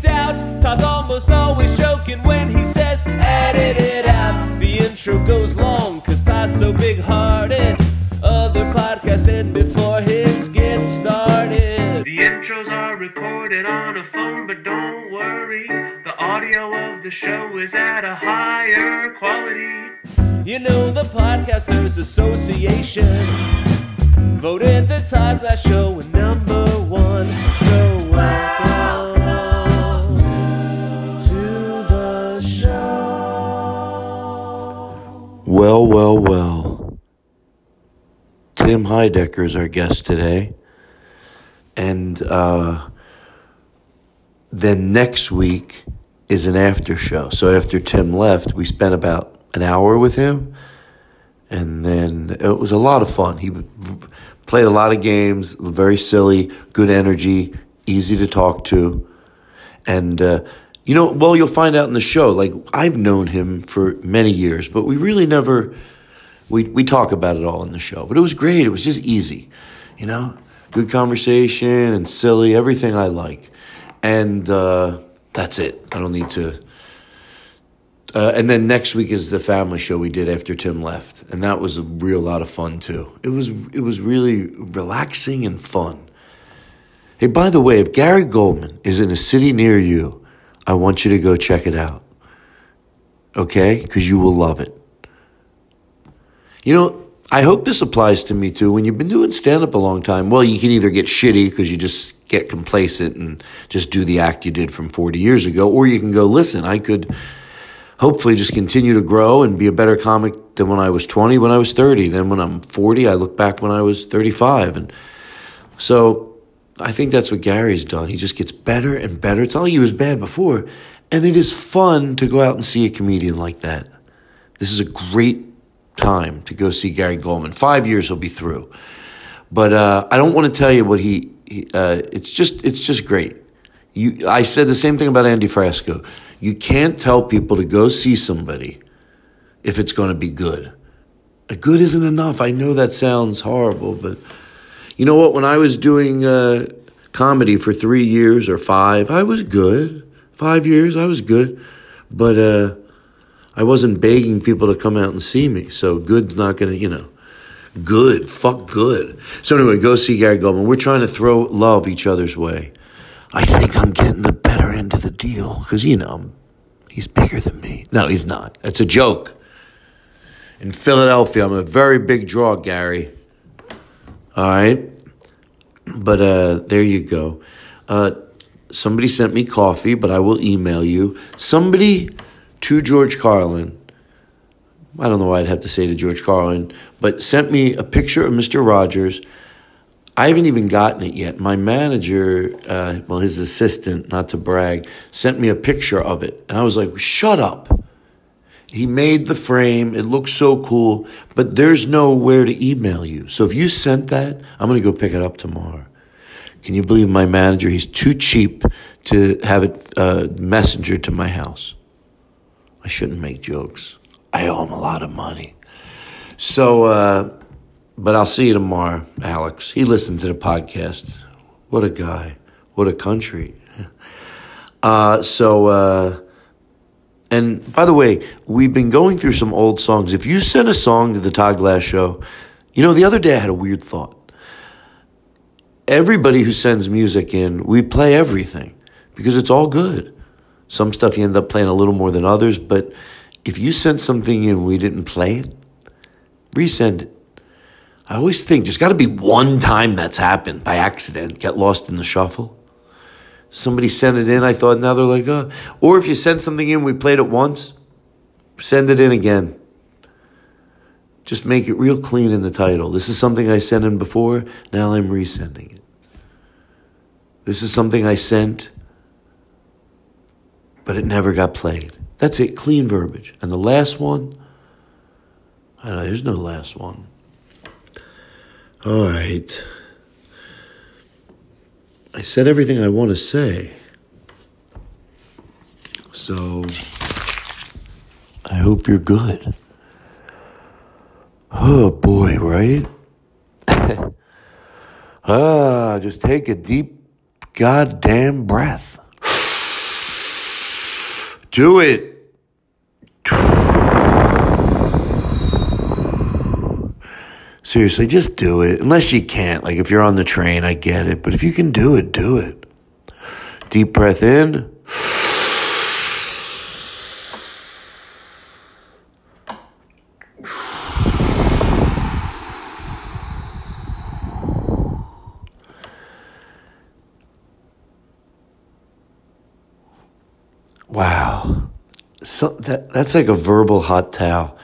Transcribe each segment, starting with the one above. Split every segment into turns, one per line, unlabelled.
doubt. Todd's almost always joking when he says, edit it out. The intro goes long, cause Todd's so big hearted. Other podcasts end before his gets started. The intros are recorded on a phone, but don't worry. The audio of the show is at a higher quality. You know, the Podcasters Association voted the Todd Glass Show a number one. So welcome to the show.
Well, well, well. Tim Heidecker is our guest today. And uh, then next week is an after show. So after Tim left, we spent about an hour with him. And then it was a lot of fun. He v- played a lot of games, very silly, good energy, easy to talk to. And, uh, you know, well, you'll find out in the show. Like, I've known him for many years, but we really never we we talk about it all in the show. But it was great. It was just easy, you know, good conversation and silly, everything I like, and uh, that's it. I don't need to. Uh, and then next week is the family show we did after Tim left, and that was a real lot of fun too. It was it was really relaxing and fun. Hey, by the way, if Gary Goldman is in a city near you, I want you to go check it out. Okay, because you will love it. You know, I hope this applies to me too. When you've been doing stand up a long time, well, you can either get shitty because you just get complacent and just do the act you did from 40 years ago, or you can go, listen, I could hopefully just continue to grow and be a better comic than when I was 20, when I was 30. Then when I'm 40, I look back when I was 35. And so I think that's what Gary's done. He just gets better and better. It's not like he was bad before. And it is fun to go out and see a comedian like that. This is a great time to go see Gary Goldman. Five years he'll be through, but uh, I don't want to tell you what he. he uh, it's just it's just great. You, I said the same thing about Andy Frasco. You can't tell people to go see somebody if it's going to be good. Uh, Good isn't enough. I know that sounds horrible, but you know what? When I was doing uh, comedy for three years or five, I was good. Five years, I was good, but. Uh, I wasn't begging people to come out and see me. So good's not going to, you know, good, fuck good. So anyway, go see Gary Goldman. We're trying to throw love each other's way. I think I'm getting the better end of the deal because, you know, he's bigger than me. No, he's not. That's a joke. In Philadelphia, I'm a very big draw, Gary. All right. But uh, there you go. Uh, somebody sent me coffee, but I will email you. Somebody to George Carlin. I don't know why I'd have to say to George Carlin, but sent me a picture of Mr. Rogers. I haven't even gotten it yet. My manager, uh, well, his assistant, not to brag, sent me a picture of it. And I was like, shut up. He made the frame. It looks so cool, but there's nowhere to email you. So if you sent that, I'm going to go pick it up tomorrow. Can you believe my manager? He's too cheap to have it uh, messengered to my house. I shouldn't make jokes. I owe him a lot of money. So, uh, but I'll see you tomorrow, Alex. He listened to the podcast. What a guy. What a country. Uh, so, uh, and by the way, we've been going through some old songs. If you send a song to the Todd Glass Show, you know, the other day I had a weird thought everybody who sends music in, we play everything because it's all good. Some stuff you end up playing a little more than others, but if you sent something in and we didn't play it, resend it. I always think there's got to be one time that's happened by accident, get lost in the shuffle. Somebody sent it in, I thought, now they're like, uh. Or if you sent something in, we played it once, send it in again just make it real clean in the title. This is something I sent in before, now I'm resending it. This is something I sent, but it never got played. That's it, clean verbiage. And the last one, I don't know, there's no last one. All right. I said everything I want to say. So I hope you're good. Oh boy, right? ah, just take a deep goddamn breath. Do it. Seriously, just do it. Unless you can't. Like if you're on the train, I get it. But if you can do it, do it. Deep breath in. Wow. So that that's like a verbal hot towel.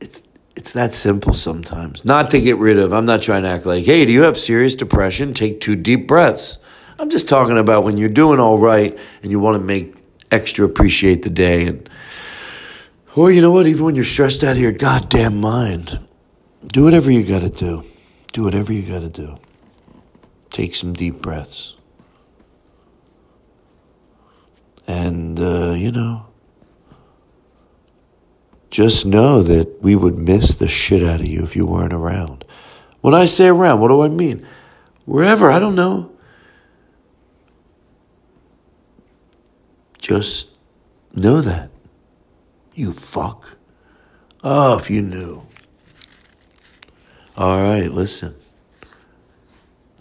It's it's that simple sometimes. Not to get rid of. I'm not trying to act like, "Hey, do you have serious depression? Take two deep breaths." I'm just talking about when you're doing all right and you want to make extra appreciate the day and or you know what, even when you're stressed out of your goddamn mind, do whatever you got to do. Do whatever you got to do. Take some deep breaths. And, uh, you know, just know that we would miss the shit out of you if you weren't around. When I say around, what do I mean? Wherever, I don't know. Just know that. You fuck. Oh, if you knew. All right, listen.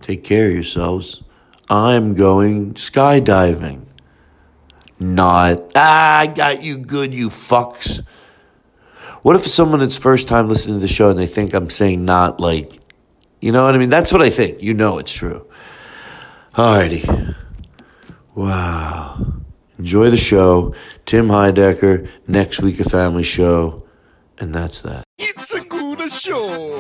Take care of yourselves. I'm going skydiving not. Ah, I got you good, you fucks. What if someone that's first time listening to the show and they think I'm saying not like, you know what I mean? That's what I think. You know it's true. Alrighty. Wow. Enjoy the show. Tim Heidecker, next week a family show. And that's that.
It's a good show.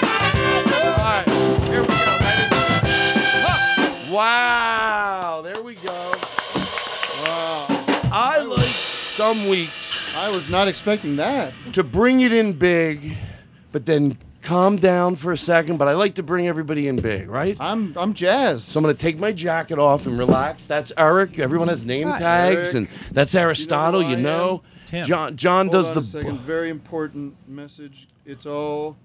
Alright, here we go, baby. Huh. Wow, there we go. Wow. I like some weeks
I was not expecting that.
to bring it in big, but then calm down for a second. But I like to bring everybody in big, right?
I'm I'm jazzed.
So I'm gonna take my jacket off and relax. That's Eric. Everyone has name tags,
Eric.
and that's Aristotle.
who
You
I
know,
Tim.
John. John
Hold
does
on
the.
a second. Very important message. It's all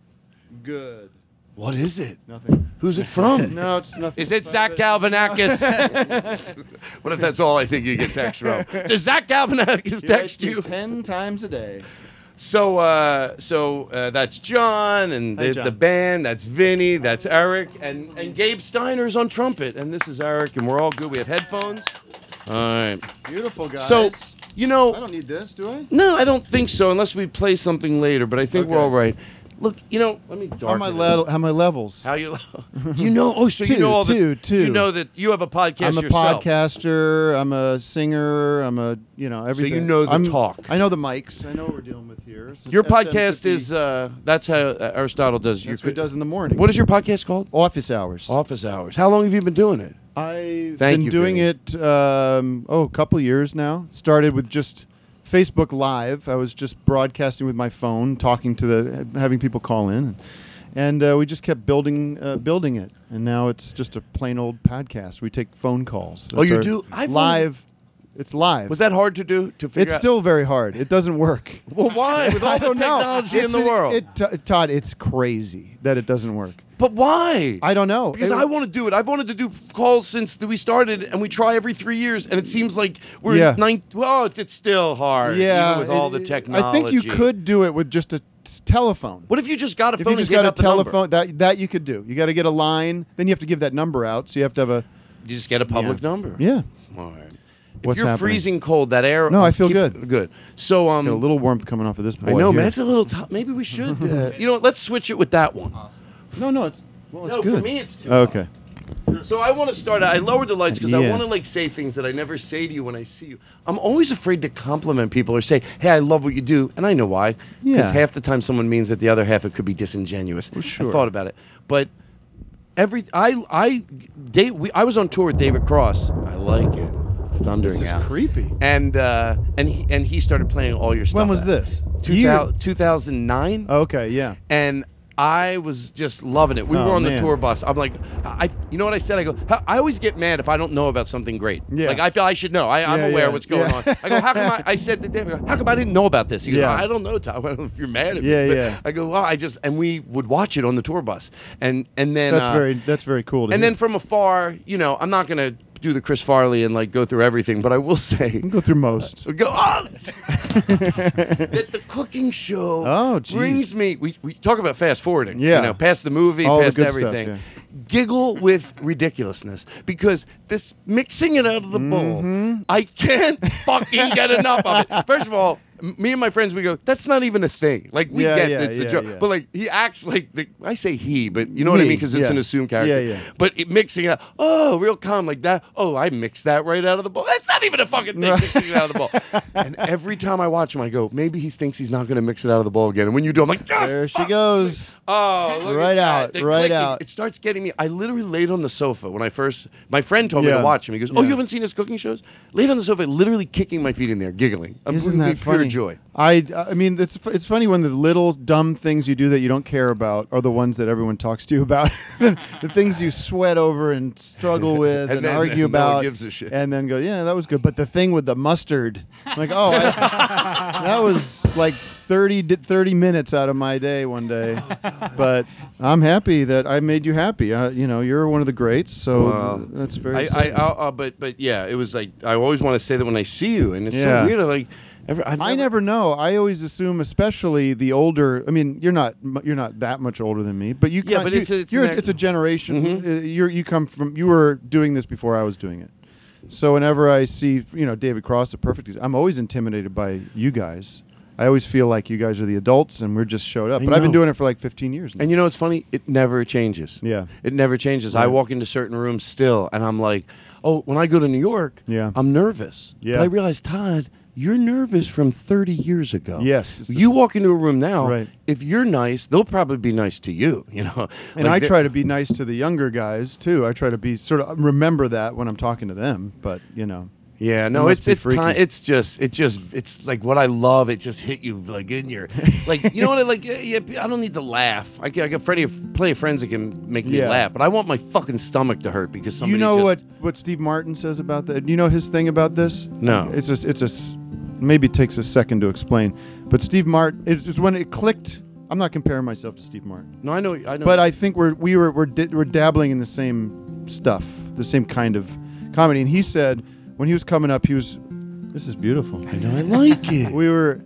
good.
What is it?
Nothing.
Who's it from?
No, it's nothing.
Is it
But-
Zach
but-
Galvanakis? what if that's all I think you get text from? Does Zach Galvanakis
He writes
text
me
you?
ten times a day.
So, uh, so uh, that's John, and there's
John.
the band. That's Vinny. That's Eric, and and Gabe Steiner's on trumpet, and this is Eric, and we're all good. We have headphones. All right.
Beautiful guys.
So, you know,
I don't need this, do I?
no, I don't think so, unless we play something later. But I think we're
Okay.
all right. Look, you know, let me
How
darken.
are my
it.
level? How are my levels?
How you? you know? Oh, so you
Two,
know all the.
two, two.
You know that you have a podcast
I'm a
yourself.
podcaster. I'm a singer. I'm a you know everything.
know the
I'm-
talk.
I know the mics. I know what we're dealing with here. This is
Your
FM50.
podcast is uh, that's how uh, Aristotle does. your
That's what it does in the morning.
What is your podcast called?
office hours?
Office Hours. How long have you been doing it? Thank
I've been
you,
doing
Vinny.
it um, oh a couple years now. Started with just Facebook Live. I was just broadcasting with my phone, talking to the, having people call in, and uh, we just kept building, uh, building it. And now it's just a plain old podcast. We take phone calls.
Oh, you
our
do? I've only-
live. It's live.
Was that hard to do to figure
It's
out?
still very hard. It doesn't work.
well, why with all
I
the
don't know.
technology in
It's-
the world?
It, it, Todd, it's crazy that it doesn't work.
but why?
I don't know.
because
It-
I want to do it. I've wanted to do calls since the, we started, and we try every three years, and it seems like we're
Yeah.
nine. Well, it's, it's still hard. even
Yeah,
with all
it-
the
it-
technology.
I think you could do it with just a t- telephone.
What if you just got a
If
phone
you just
and gave
got a
out the number?
telephone, that that you could do. You got to get a line. Then you have to give that number out. So you have to have a
You just get a public number.
yeah.
All right. If
What's
you're
happening?
freezing cold, that air.
No, I feel
keep-
good.
Good. So um,
Got a little warmth coming off of this.
I
Boy
know,
here.
man. That's a little tough. Maybe we should. Uh, you know, what, let's switch it with that one.
No, no, it's well, it's
no,
good.
for me it's too.
Oh, okay.
hot. So I want to start. I lowered the lights because I
Yeah.
want to like say things that I never say to you when I see you. I'm always afraid to compliment people or say, "Hey, I love what you do," and I know why. Because
Yeah.
half the time someone means it, the other half it could be disingenuous. I
sure.
thought about it, but every I I Dave, we, I was on tour with David Cross. I like it. It's thundering
This is
out.
creepy.
And uh, and he, and he started playing all your stuff.
When was
at-
this?
2000 2009
Oh, okay, yeah.
and I was just loving it. We were
Oh,
on the
man.
tour bus. I'm like, I, you know what I said? I go, "How- I always get mad if I don't know about something great.
Yeah.
Like I feel I should know. I, I'm
Yeah,
aware
yeah,
of what's going
yeah.
on. I go, how come I, I said to David, I go, how come I didn't know about this? He goes,
Yeah.
I don't know, Tom. I don't know if you're mad at
Yeah,
me. But
yeah.
I go, well, I just and we would watch it on the tour bus, and and then
That's
uh,
very that's very cool. To
and
hear.
then from afar, you know, I'm not gonna do the Chris Farley and like go through everything, but I will say.
You can go through most.
We go, oh! that the cooking show
Oh, geez.
brings me. We, we talk about fast forwarding.
Yeah.
You know, past the movie,
All the
past
good stuff,
everything.
yeah.
Giggle with ridiculousness because this mixing it out of the
Mm-hmm.
bowl, I can't fucking get enough of it. First of all, m- me and my friends, we go, that's not even a thing. Like, we
Yeah,
get
yeah,
it's the
yeah,
joke.
yeah.
But, like, he acts like the, I say he, but you know what I
Me,
mean? Because it's
yeah.
an assumed character.
Yeah, yeah.
But it, mixing it up, oh, real calm like that. Oh, I mixed that right out of the ball. That's not even a fucking thing, mixing it out of the ball. And every time I watch him, I go, maybe he thinks he's not going to mix it out of the ball again. And when you do, I'm like, "Ah,
There she goes.
Oh, look
Right
at that.
out,
The
right
clicking.
out.
It starts getting me. I literally laid on the sofa when I first. My friend told me
Yeah.
to watch him. He goes, "Oh,
Yeah.
you haven't seen his cooking shows?" Laid on the sofa, literally kicking my feet in there, giggling. I'm
Isn't that
pure
funny?
joy.
I I mean it's it's funny when the little dumb things you do that you don't care about are the ones that everyone talks to you about. the things you sweat over and struggle with
And
and,
then-
argue
and no one
about
gives a shit.
and then go, "Yeah, that was good." But the thing with the mustard. I'm like, "Oh, I- that was like 30 di- 30 minutes out of my day one day." but I'm happy that I made you happy. Uh, you know, you're one of the greats, so
Wow.
th- that's very
I, I,
exciting.
I, uh, but, but yeah, it was like I always want to say that when I see you, and it's
Yeah.
so weird. I'm like, every, I've
I never know. I always assume, especially the older. I mean, you're not mu- you're not that much older than me, but you.
Yeah,
kin-
but
you-
it's a- it's
you're
an- Mm-hmm.
it's a generation. uh, You're you come from you were doing this before I was doing it. So whenever I see you know David Cross, the perfect, ex- I'm always intimidated by you guys. I always feel like you guys are the adults and we're just showed up.
I
But I've been
know.
doing it for like 15 years. Now.
And you know what's funny? It never changes.
Yeah.
It never changes. I walk into certain rooms still and I'm like, oh, when I go to New York,
Yeah.
I'm nervous.
Yeah.
But I realize, Todd, you're nervous from 30 years ago.
Yes, it's
You
just-
walk into a room now,
Right.
if you're nice, they'll probably be nice to you, you know?
and
Like
I
they-
try to be nice to the younger guys too. I try to be sort of remember that when I'm talking to them. But you know,
Yeah, no, it's
must be
it's time.
freaky.
It's just it just it's like what I love. It just hit you like in your like you know what I like. Yeah, yeah, I don't need to laugh. I got I got plenty of plenty of friends that can make me
Yeah.
laugh, but I want my fucking stomach to hurt because somebody.
you know
just,
what what Steve Martin says about that? You know his thing about this?
No.
It's just it's a s- maybe it takes a second to explain, but Steve Martin it's, it's when it clicked. I'm not comparing myself to Steve Martin,
No, I know. I know.
but I think we're we were we're, di- we're dabbling in the same stuff, the same kind of comedy. And he said when he was coming up, he was this is beautiful.
I know I like it.
We were.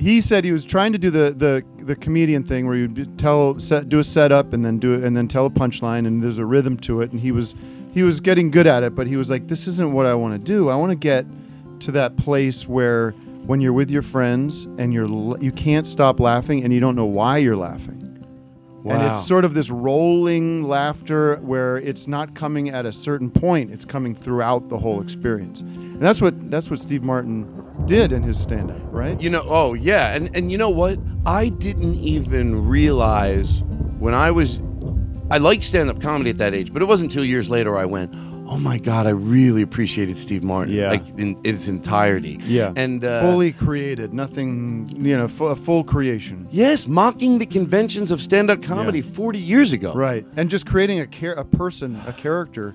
He said he was trying to do the the, the comedian thing where you do- tell set, do a setup and then do it and then tell a punchline and there's a rhythm to it and he was he was getting good at it but he was like this isn't what I want to do I want to get to that place where when you're with your friends and you're l- you can't stop laughing and you don't know why you're laughing and
Wow.
it's sort of this rolling laughter where it's not coming at a certain point; it's coming throughout the whole experience. And that's what that's what Steve Martin did in his stand-up, right?
You know, oh yeah, and and you know what? I didn't even realize when I was I liked stand-up comedy at that age, but it wasn't until years later I went, "Oh my god, I really appreciated Steve Martin
Yeah.
like in its entirety."
yeah,
And uh,
fully created, nothing, you know, fu- a full creation,
Yes, mocking the conventions of stand-up comedy 40 years ago.
right? And just creating a char- a person, a character.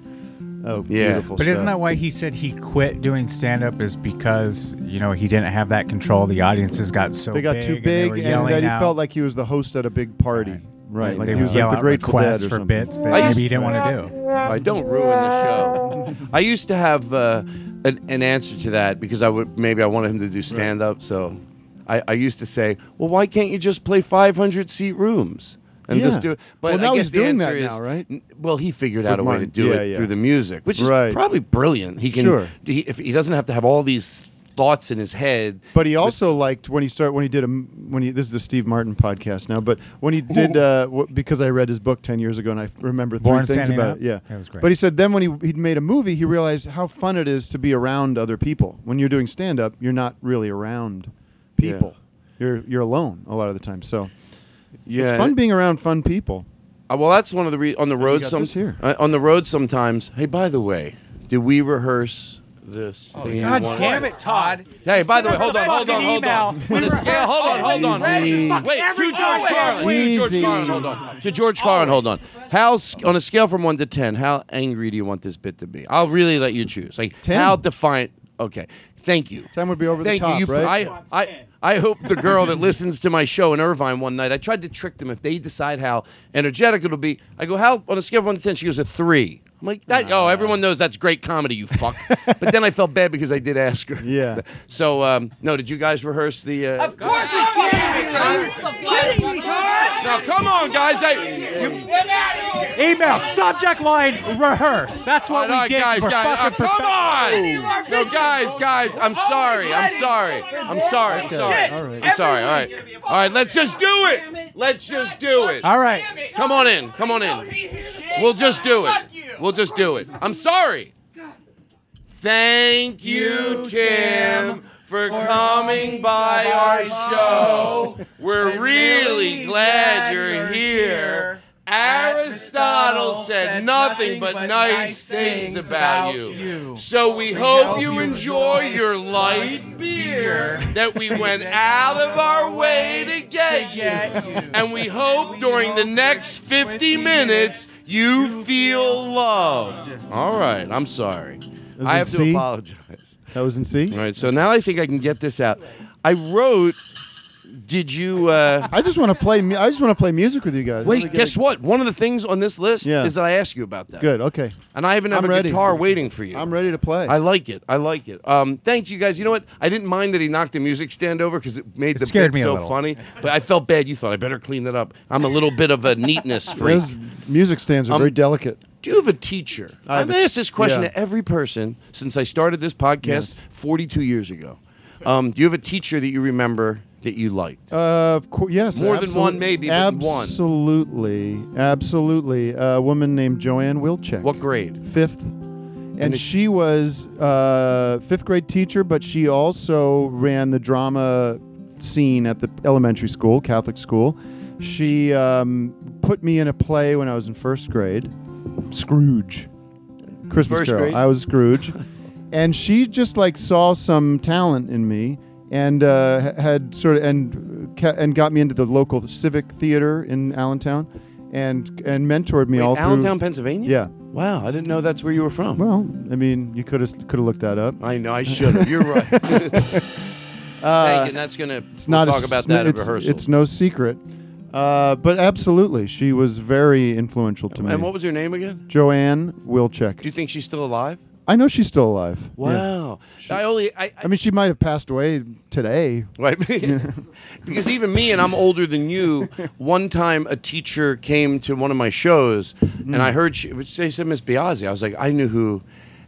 Oh,
Yeah.
beautiful!
But isn't
stuff.
that why he said he quit doing stand up? Is because, you know, he didn't have that control. The audiences got so
they got
big
too
and they
big,
were
and,
yelling
that he
out.
felt like he was the host at a big party, right? Like
they
he was
would yell
like the
out
Grateful Dead or
requests for
something.
bits that
I
maybe
used-
he didn't want to do.
I don't ruin the show. I used to have uh, an, an answer to that because I would maybe I wanted him to do stand up, so I, I used to say, well, why can't you just play 500 seat rooms and just
Yeah.
do it? But
Well, now
I guess
he's
the
doing that
answer is,
now, right?
n- Well, he figured out a way to
Martin.
do
Yeah,
it
yeah.
through the music, which is
Right.
probably brilliant. He can,
Sure.
he, if he doesn't have to have all these thoughts in his head.
But he also liked when he started when he did a m- when he this is the Steve Martin podcast now, but when he did uh, w- because I read his book ten years ago and I remember three
Born
things
Standing
about
Up?
it. Yeah,
That was great.
But he said then when he he'd made a movie, he realized how fun it is to be around other people. When you're doing stand up, you're not really around people. You're you're alone a lot of the time. So
Yeah,
it's fun being around fun people.
Uh, well, that's one of the re- on the road.
got
Some
this here.
uh, on the road sometimes. Hey, by the way, did we rehearse this? Oh,
God damn it, Todd.
Hey, by the way, hold on, hold on, hold on. On a scale, hold on, hold on. Wait, to George Carlin. To
Easy.
George Carlin, hold on. To George Carlin, hold on. How s- on a scale from one to ten, how angry do you want this bit to be? I'll really let you choose. Like
10.
how defiant. Okay, thank you.
Ten would be over
Thank
the top,
you. you
right?
I, I, I hope the girl that listens to my show in Irvine one night, I tried to trick them if they decide how energetic it'll be. I go, how, on a scale of 1 to 10, she goes, a 3. I'm like, that, oh, everyone knows that's great comedy, you fuck. but then I felt bad because I did ask her.
Yeah.
So, um, no, did you guys rehearse the. Uh, of course we did! Are you kidding me, Now, come on, guys. I, you,
Email subject line rehearse. That's
All
what we
right,
did.
guys,
We're
guys,
fucking
uh, come
perfect-
on! No, guys, guys, I'm sorry, I'm sorry, I'm sorry, I'm sorry,
all right.
I'm sorry. All right, all right, let's just do it. Let's just do it.
All right.
Come on in, come on in. We'll just do it. We'll just do it. I'm sorry. Thank you, Tim, for coming by our show. We're really glad you're here. Aristotle said nothing but nice things about you. So we hope you enjoy your light beer that we went out of our way to get you. And we hope during the next 50 minutes you feel loved. All right, I'm sorry. I
it
have to
C?
apologize.
That was in C.
All right, so now I think I can get this out. I wrote. Did you? Uh,
I just want to play. mu- I just want to play music with you guys.
wait, guess what? One of the things on this list
Yeah.
is that I asked you about that.
Good. Okay.
And I even have
I'm
a
ready.
guitar waiting for you.
I'm ready to play.
I like it. I like it. Um, thanks, you guys. You know what? I didn't mind that he knocked the music stand over because it made the
scared
bit
me a
so
little.
funny. But I felt bad. You thought I better clean that up. I'm a little bit of a neatness freak.
Those music stands are
Um,
very delicate.
Do you have a teacher?
I have
I've
a-
asked this question
yeah.
to every person since I started this podcast
Yes.
42 years ago. Um, do you have a teacher that you remember that you liked?
Uh, of course, yes.
More than
absolute-
one, maybe, but one.
Absolutely, absolutely. A woman named Joanne Wilczek,
what grade?
fifth, and
it-
she was uh, fifth grade teacher, but she also ran the drama scene at the elementary school, Catholic school. She um, put me in a play when I was in first grade. Scrooge, Christmas
First
Carol.
grade?
I was Scrooge, and she just like saw some talent in me and uh, ha- had sort of and ca- and got me into the local civic theater in Allentown, and and mentored me
Wait,
all
Allentown,
through.
Pennsylvania?
Yeah.
Wow, I didn't know that's where you were from.
Well, I mean, you could have could have looked that up.
I know, I should have. You're right. Thank you. and That's going to
Uh, It's
we'll
not a
talk about
s-
that at
it's,
rehearsal.
It's no secret, uh, but absolutely, she was very influential to me.
and what was her name again?
Joanne Wilczek.
Do you think she's still alive?
I know she's still alive. Yeah.
Wow. I only I,
I mean, she might have passed away today.
Right. because even me, and I'm older than you, one time a teacher came to one of my shows and
Mm.
I heard she, she said Miss Biazzi. I was like, I knew who.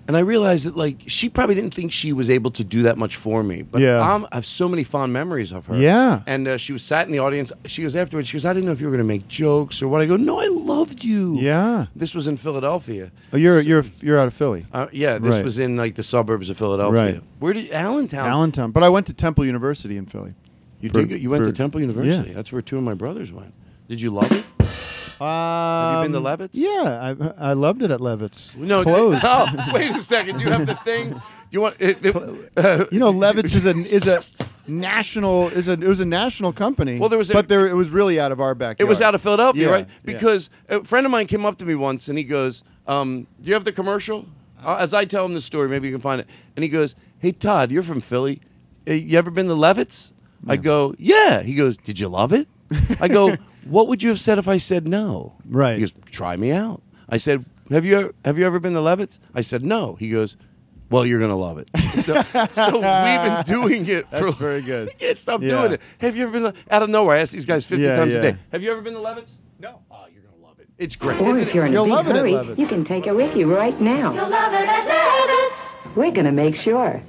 And I realized that like she probably didn't think she was able to do that much for me, but
Yeah.
I'm, I have so many fond memories of her.
Yeah.
And uh, she was sat in the audience. She was afterwards. She goes, I didn't know if you were going to make jokes or what. I go, No, I loved you.
Yeah.
This was in Philadelphia.
Oh, you're you're you're out of Philly.
Uh, yeah, this
Right.
was in like the suburbs of Philadelphia.
Right.
Where did Allentown?
Allentown. But I went to Temple University in Philly.
You
For-
did go- you went to
for-
Temple University.
yeah.
That's where two of my brothers went. Did you love it?
Um,
Have you been to Levitt's?
Yeah, I, I loved it at Levitt's.
No.
closed.
oh, wait a second. You have the thing. You want it, it- uh,
you know, Levitt's is a is a national is a it was a national company.
Well, there was a-
but there it was really out of our backyard.
it was out of Philadelphia,
Yeah,
right?
yeah.
Because a friend of mine came up to me once and he goes, um, "Do you have the commercial?"
Uh-huh.
Uh, As I tell him the story, maybe you can find it. And he goes, "Hey Todd, you're from Philly. Uh, You ever been to Levitt's?" I go, "Yeah." He goes, "Did you love it?" I go, "What would you have said if I said no?"
Right.
He e, goes, try me out. I said, have you have you ever been to Levitt's? I said, no. He goes, Well, you're gonna love it. So, so we've been doing it for.
That's very good.
I can't stop
Yeah.
doing it. Have you ever been to- out of nowhere? I ask these guys 50
Yeah,
times
yeah.
a day. Have you ever been to Levitt's? No. Oh, you're gonna love it. It's great.
Or
isn't
if
it?
you're in a
You'll
big
love it at
hurry,
Levitt's.
you can take her with you right now. We're going to make sure.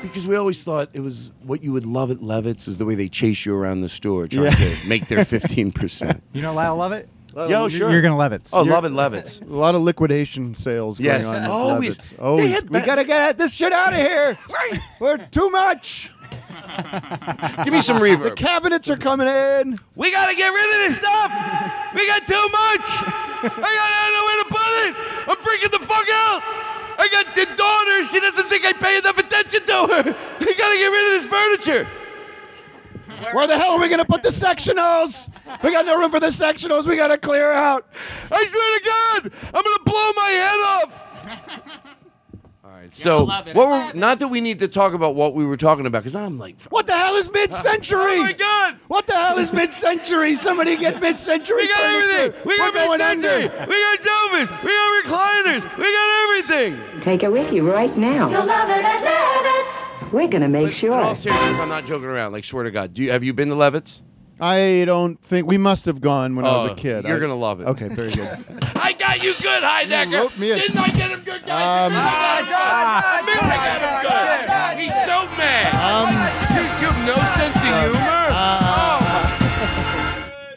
Because we always thought it was what you would love at Levitt's is the way they chase you around the store trying
Yeah.
to make their 15%.
You know, Lyle Lovett?
Yo, sure.
You're gonna love it.
Oh, love it, Levitt's.
A lot of liquidation sales
Yes.
going on. with
Always.
Levitt's.
They
Always.
had
We
ba-
gotta get this shit out of here. We're too much.
Give me some reverb.
Cabinets are coming in.
We gotta get rid of this stuff. We got too much. I gotta know where to put it. I'm freaking the fuck out. I got the daughter. She doesn't think I pay enough attention to her. We gotta get rid of this furniture.
Where the hell are we gonna put the sectionals? We got no room for the sectionals. We gotta clear out.
I swear to God, I'm gonna blow my head off. All right. So, what were, not that we need to talk about what we were talking about, because I'm like,
What the hell is mid-century?
oh my God.
What the hell is mid-century? Somebody get mid-century.
We got
furniture.
everything. We
We're
got
going
mid-century.
under.
We got sofas. We got recliners. We got everything.
Take her with you right now. We're going to make sure.
In all seriousness, I'm not joking around. Like, swear to God. Do you, have you been to Levitt's?
I don't think we must have gone when I was
Oh,
a kid.
You're
I-
gonna love it.
Okay, very good.
I got you good, Heidecker.
You wrote me a-
Didn't I get him good, guys?
Um,
Didn't I got him good? I got him good. He's so mad. you, you have no sense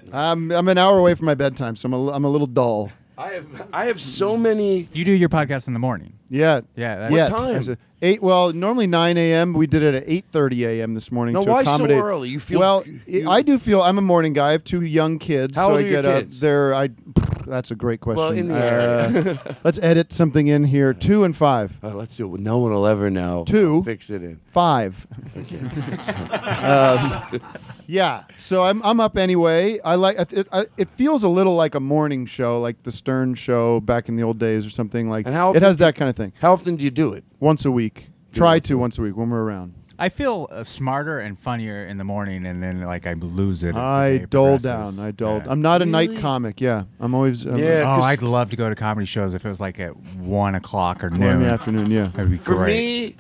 of humor. oh.
I'm, I'm an hour away from my bedtime, so I'm a, I'm a little dull.
I have I have so many.
You do your podcast in the morning.
Yeah.
Yeah, that's-
yes.
What time?
There's a- Eight. Well, normally nine a.m. We did it at eight thirty a.m. this morning
Now,
to
why so
accommodate.
early? You feel-
well.
you-
I do feel I'm a morning guy. I have two young kids,
How
so
old
I
are your
get up.
kids?
They're I. That's a great question.
Well, in the
Uh, let's edit something in here. Two and five.
Uh, let's do it. No one will ever know.
Two.
I'll fix it in.
Five. Um, yeah. So I'm I'm up anyway. I like it, I, it. feels a little like a morning show, like the Stern show back in the old days or something like.
And how
it has
often
that kind of thing.
How often do you do it?
Once a week. Try to once a week when we're around.
I feel uh, smarter and funnier in the morning, and then like I lose it. As the
I
day
dole
progresses.
down. I dole.
Yeah.
I'm not a night
Really?
comic. Yeah, I'm always I'm
Yeah.
Oh,
'cause-
I'd love to go to comedy shows if it was like at one o'clock or
one in
noon.
the afternoon. Yeah.
That'd be
For
great.
me,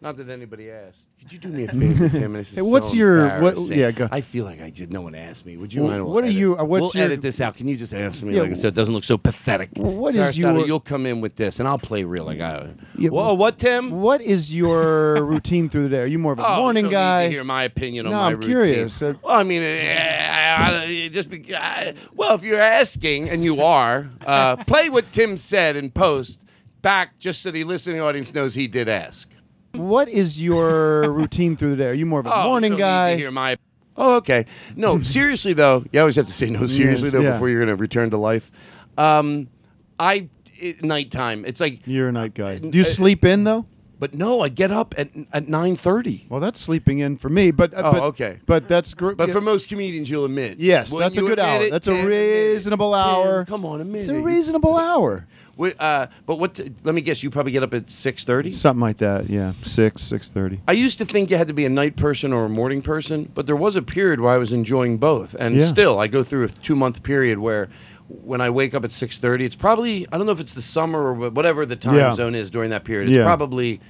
not that anybody asked. Could you do me a favor, Tim? This is
Hey, what's
so
your- what-
embarrassing.
yeah, go-
I feel like I just no one asked me. Would you
Well,
mind? We'll
what are
edit-
you- uh, what's
we'll
your-
edit this out. Can you just answer me
Yeah,
like I said? It doesn't look so pathetic.
What
Sorry,
is
Aristotle,
your-
You'll come in with this, and I'll play real like I.
Yeah,
Whoa, what, Tim?
What is your routine through the day? Are you more of a
Oh, you
morning
don't need
guy?
to hear my opinion on
No,
my
I'm
routine.
curious. Uh,
well, I mean, eh, I- I- just be, I- well, if you're asking and you are, uh, play what Tim said in post back, just so the listening audience knows he did ask.
What is your routine through the day? Are you more of a
Oh,
morning
you don't Need to
guy?
hear my. Oh, okay. No, seriously though, you always have to say no seriously
Yes,
though
yeah.
before you're gonna return to life. Um, I it, nighttime. It's like,
You're a night guy.
Uh,
Do you
uh,
sleep in though?
but no, I get up at at nine thirty.
Well, that's sleeping in for me. But uh,
Oh,
but,
okay.
But that's gr-
But for most comedians, you'll admit.
yes,
When
that's a
you
good
admit
hour.
it,
that's a
Tim, admit it.
reasonable
Tim,
hour.
Come on, a minute.
It's a reasonable hour.
Wait, uh, but what? t- let me guess. You probably get up at six thirty.
Something like that. Yeah, six six thirty.
I used to think you had to be a night person or a morning person, but there was a period where I was enjoying both, and
Yeah.
still I go through a two month period where when I wake up at six thirty, it's probably I don't know if it's the summer or wha- whatever the time
Yeah.
zone is during that period. It's
Yeah.
probably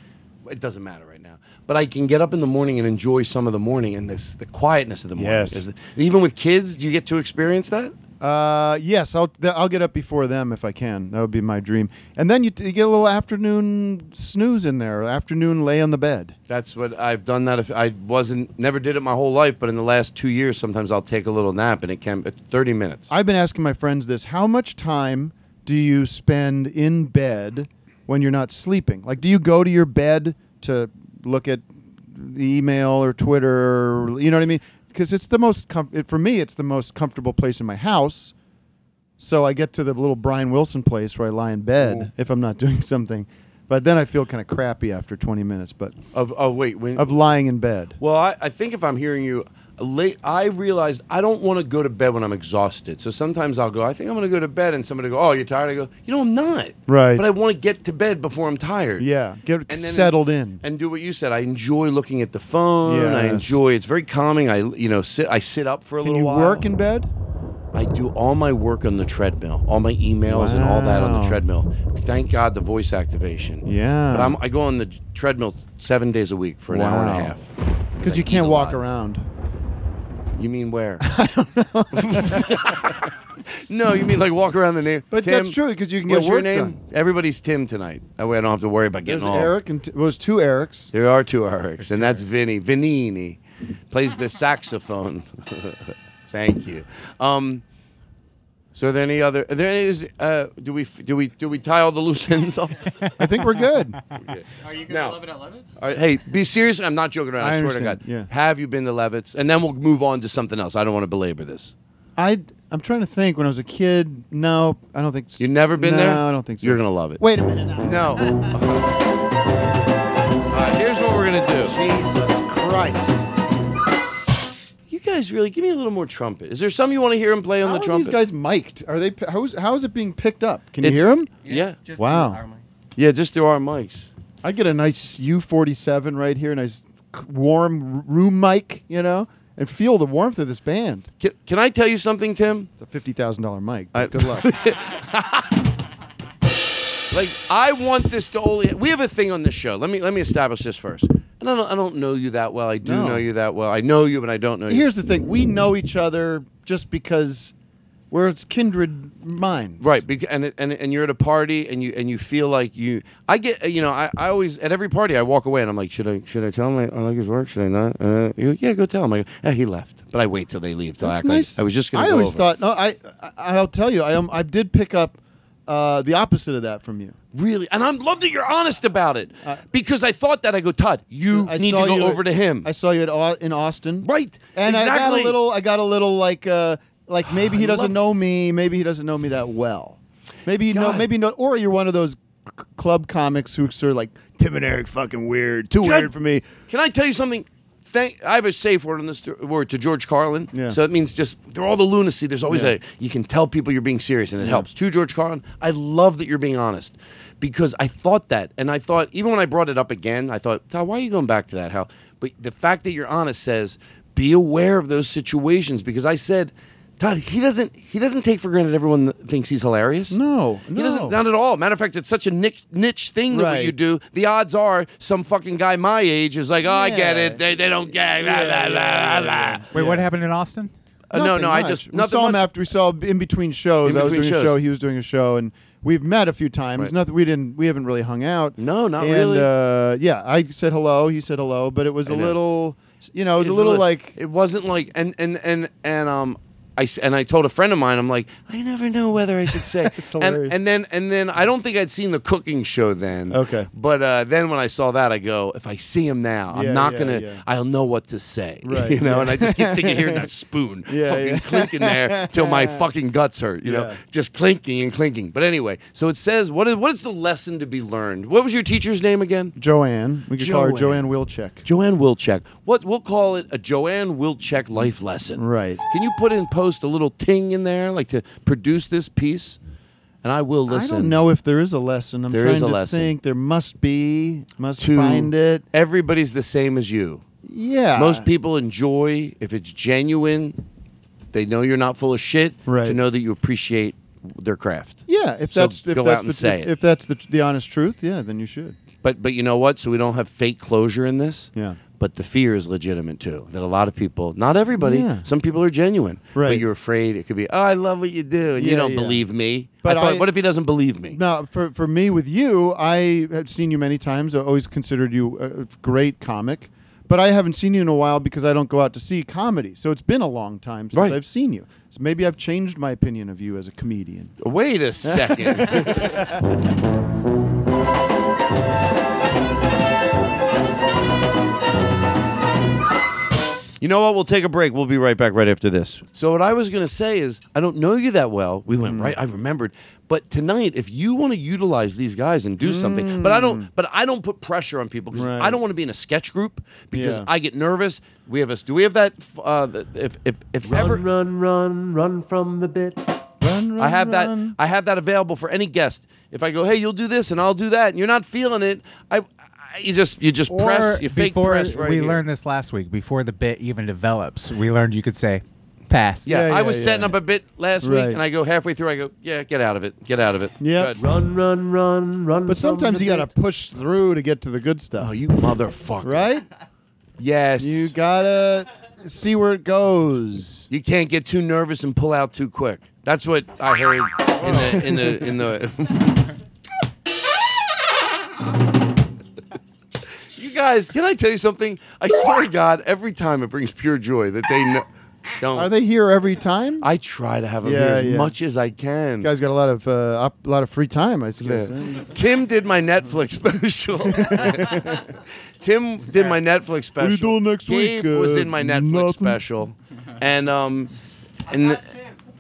it doesn't matter right now, but I can get up in the morning and enjoy some of the morning and this the quietness of the morning.
Yes.
Is the- even with kids, do you get to experience that?
Uh, yes, I'll th- I'll get up before them if I can. That would be my dream. And then you, t- you get a little afternoon snooze in there. Afternoon lay on the bed.
That's what I've done. That if I wasn't never did it my whole life, but in the last two years, sometimes I'll take a little nap and it can thirty minutes.
I've been asking my friends this: How much time do you spend in bed when you're not sleeping? Like, do you go to your bed to look at the email or Twitter? Or, you know what I mean? Because it's the most com- it, for me, it's the most comfortable place in my house. So I get to the little Brian Wilson place where I lie in bed if I'm not doing something. But then I feel kind of crappy after 20 minutes. But
of oh wait, when,
of lying in bed.
Well, I, I think if I'm hearing you late, I realized I don't want to go to bed when I'm exhausted. So sometimes I'll go, I think I'm going to go to bed, and somebody go, Oh, you're tired? I go, You know, I'm not.
Right.
But I want to get to bed before I'm tired.
Yeah, get
And then-
settled in.
And do what you said. I enjoy looking at the phone. I
Yes.
enjoy. It's very calming. I you know sit. I sit up for a
Can
little
you
while.
work in bed?
I do all my work on the treadmill, all my emails and all that on
Wow.
the treadmill. Thank God the voice activation.
Yeah.
But I'm, I go on the treadmill seven days a week for an hour and a
Wow.
half.
Because
I
you
eat
can't
a
walk
lot.
around.
You mean where? I don't know. no, you mean like walk around the name.
But
Tim,
that's true because you can
What's
get
your
work
name?
done.
Everybody's Tim tonight. That way I don't have to worry about
There's
getting all.
Eric and t- well, there's two Erics.
There are two Erics, and that's Vinny. Vinini plays the saxophone. Thank you. Um, so are there any other? Are there any, is, uh, do we do we do we tie all the loose ends off?
I think we're good.
Are you going
No.
to love it at Levitt's?
All right, hey, be serious. I'm not joking around. I,
I
swear to
understand,
God.
yeah.
Have you been to Levitt's? And then we'll move on to something else. I don't want to belabor this.
I I'm trying to think. When I was a kid, no, I don't think. s-
You've never been
no,
there?
I don't think so.
You're gonna love it.
Wait a minute.
No.
Now.
All right, here's what we're gonna do.
Jesus Christ!
You guys really give me a little more trumpet. Is there something you want to hear him play on
How
the
are
trumpet?
these guys mic'd? Are they? p- How's how is it being picked up? Can
It's-
you hear them?
yeah.
Just
Wow.
our mic.
Yeah, just through our mics.
I get a nice U47 right here, nice c- warm r- room mic, you know, and feel the warmth of this band.
Can, can I tell you something, Tim?
It's a fifty thousand dollar mic.
I-
Good luck.
Like I want this to only. We have a thing on this show. Let me let me establish this first. And I don't I don't know you that well. I do
No.
know you that well. I know you, but I don't know you.
Here's the thing: we know each other just because we're it's kindred minds,
Right, bec- and it- and and you're at a party and you and you feel like you. I get you know I, I always at every party I walk away and I'm like should I should I tell him I, I like his work should I not? Uh, you- yeah, go tell him. I go, "Eh, he left, but I wait till they leave to
That's
act
nice.
like I was just gonna.
I
go
always
over.
thought no. I, I I'll tell you. I um, I did pick up uh, the opposite of that from you.
really, and I love that you're honest about it because I thought that I go Todd, you
Uh, I
need to
saw
go
you-
over to him.
I saw you at, Au- in Austin,
Right,
And I got
exactly.
a little. I got a little like uh, like maybe he
I
doesn't
love-
know me. Maybe he doesn't know me that well. Maybe you know.
God.
Maybe no. Or you're one of those c- club comics who sort of like Tim and Eric, fucking weird, too
Can I-
weird for me.
Can I tell you something? Thank, I have a safe word on this to- word to George Carlin.
Yeah.
So it means just through all the lunacy, there's always
Yeah.
a you can tell people you're being serious, and it helps. To George Carlin, I love that you're being honest because I thought that, and I thought even when I brought it up again, I thought, Todd, why are you going back to that? How? But the fact that you're honest says be aware of those situations because I said. Todd, he doesn't. He doesn't take for granted everyone that thinks he's hilarious.
No,
he doesn't.
no.
Not at all. Matter of fact, it's such a niche, niche thing that what you
Right.
do. The odds are, some fucking guy my age is like, oh, I get
Yeah.
it. They, they don't get it. La, la, la, la, la.
Wait, what happened in Austin?
Uh, no,
Nothing
no, I
much.
just
we
nothing
saw him
much.
after we saw him in between shows.
In
I was
between
doing a
shows.
show, he was doing a show, and we've met a few times.
Right.
Nothing, we didn't, we haven't really hung out.
No, not
and,
really.
Uh, yeah, I said hello, he said hello, but it was a
know.
little, you know, it was
It's
a little like,
it wasn't like and and and and um. I, s- and I told a friend of mine, I'm like, I never know whether I should say.
It's
and,
hilarious.
and then and then I don't think I'd seen the cooking show then.
Okay.
But uh, then when I saw that, I go, if I see him now,
Yeah,
I'm not
yeah,
gonna.
yeah.
I'll know what to say.
Right,
You know.
yeah.
And I just keep thinking, hearing that spoon
Yeah,
fucking
yeah.
clinking there till my fucking guts hurt. You know,
Yeah.
just clinking and clinking. But anyway, so it says, what is what is the lesson to be learned? What was your teacher's name again?
Joanne. We could call her
Joanne.
Joanne Wilczek.
Joanne Wilczek. What we'll call it a Joanne Wilczek life lesson.
Right.
Can you put in post a little ting in there, like to produce this piece? And I will listen.
I don't know if there is a lesson. I'm
There
trying
is a
to
lesson.
think. There must be. Must
To
find it.
Everybody's the same as you.
Yeah.
Most people enjoy if it's genuine. They know you're not full of shit.
Right.
To know that you appreciate their craft.
Yeah, if
So
that's if
go out
that's
and
the
say it.
if that's the the honest truth, yeah, then you should.
But but you know what? So we don't have fake closure in this.
Yeah.
But the fear is legitimate too. That a lot of people, not everybody,
Yeah.
some people are genuine. But
Right.
you're afraid it could be. Oh, I love what you do, and you
Yeah,
don't
yeah.
believe me.
But
I thought,
I-
what if he doesn't believe me?
Now, for for me with you, I have seen you many times. I always considered you a a great comic, but I haven't seen you in a while because I don't go out to see comedy. So it's been a long time since
Right.
I've seen you. So maybe I've changed my opinion of you as a comedian.
Wait a second. You know what? We'll take a break. We'll be right back right after this. Hmm. So what I was going to say is I don't know you that well. We went right I remembered. But tonight if you want to utilize these guys and do something, but I don't but I don't put pressure on people 'cause
Right.
I don't want to be in a sketch group because
Yeah.
I get nervous. We have us do we have that uh the- if if if
Run,
ever
run, run, run from the bit.
Run, run,
I have that.
run.
I have that available for any guest. If I go, hey, you'll do this and I'll do that, and you're not feeling it, I, I you just you just press, you fake
before
press right
we
here.
learned this last week, before the bit even develops, we learned you could say, Pass.
Yeah,
Yeah,
I
yeah,
was setting
yeah.
up a bit last
Right.
week, and I go halfway through. I go, yeah, get out of it, get out of it.
Yep.
Good.
Run, run, run, run.
But sometimes you got to push through to get to the good stuff.
Oh, you motherfucker!
right?
Yes.
You got to see where it goes.
You can't get too nervous and pull out too quick. That's what I heard in the in the in the. you guys, can I tell you something? I swear to God, every time it brings pure joy that they know. Don't.
Are they here every time?
I try to have them
Yeah,
here as
yeah.
much as I can.
You guys got a lot of uh, op- lot of free time, I suppose.
Yeah. Tim did my Netflix special. Tim did my Netflix special.
doing next
Gabe
week,
was
uh,
in my Netflix
nothing?
special, and um, and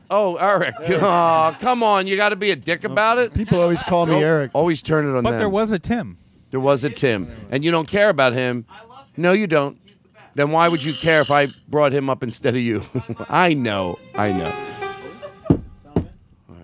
oh Eric, oh come on, you got to be a dick about it.
People always call me
Don't
Eric.
Always turn it on.
But
them.
there was a Tim.
there was a Tim, and you don't care about him. I love him. No, you don't. Then why would you care if I brought him up instead of you? I know, I know. All right.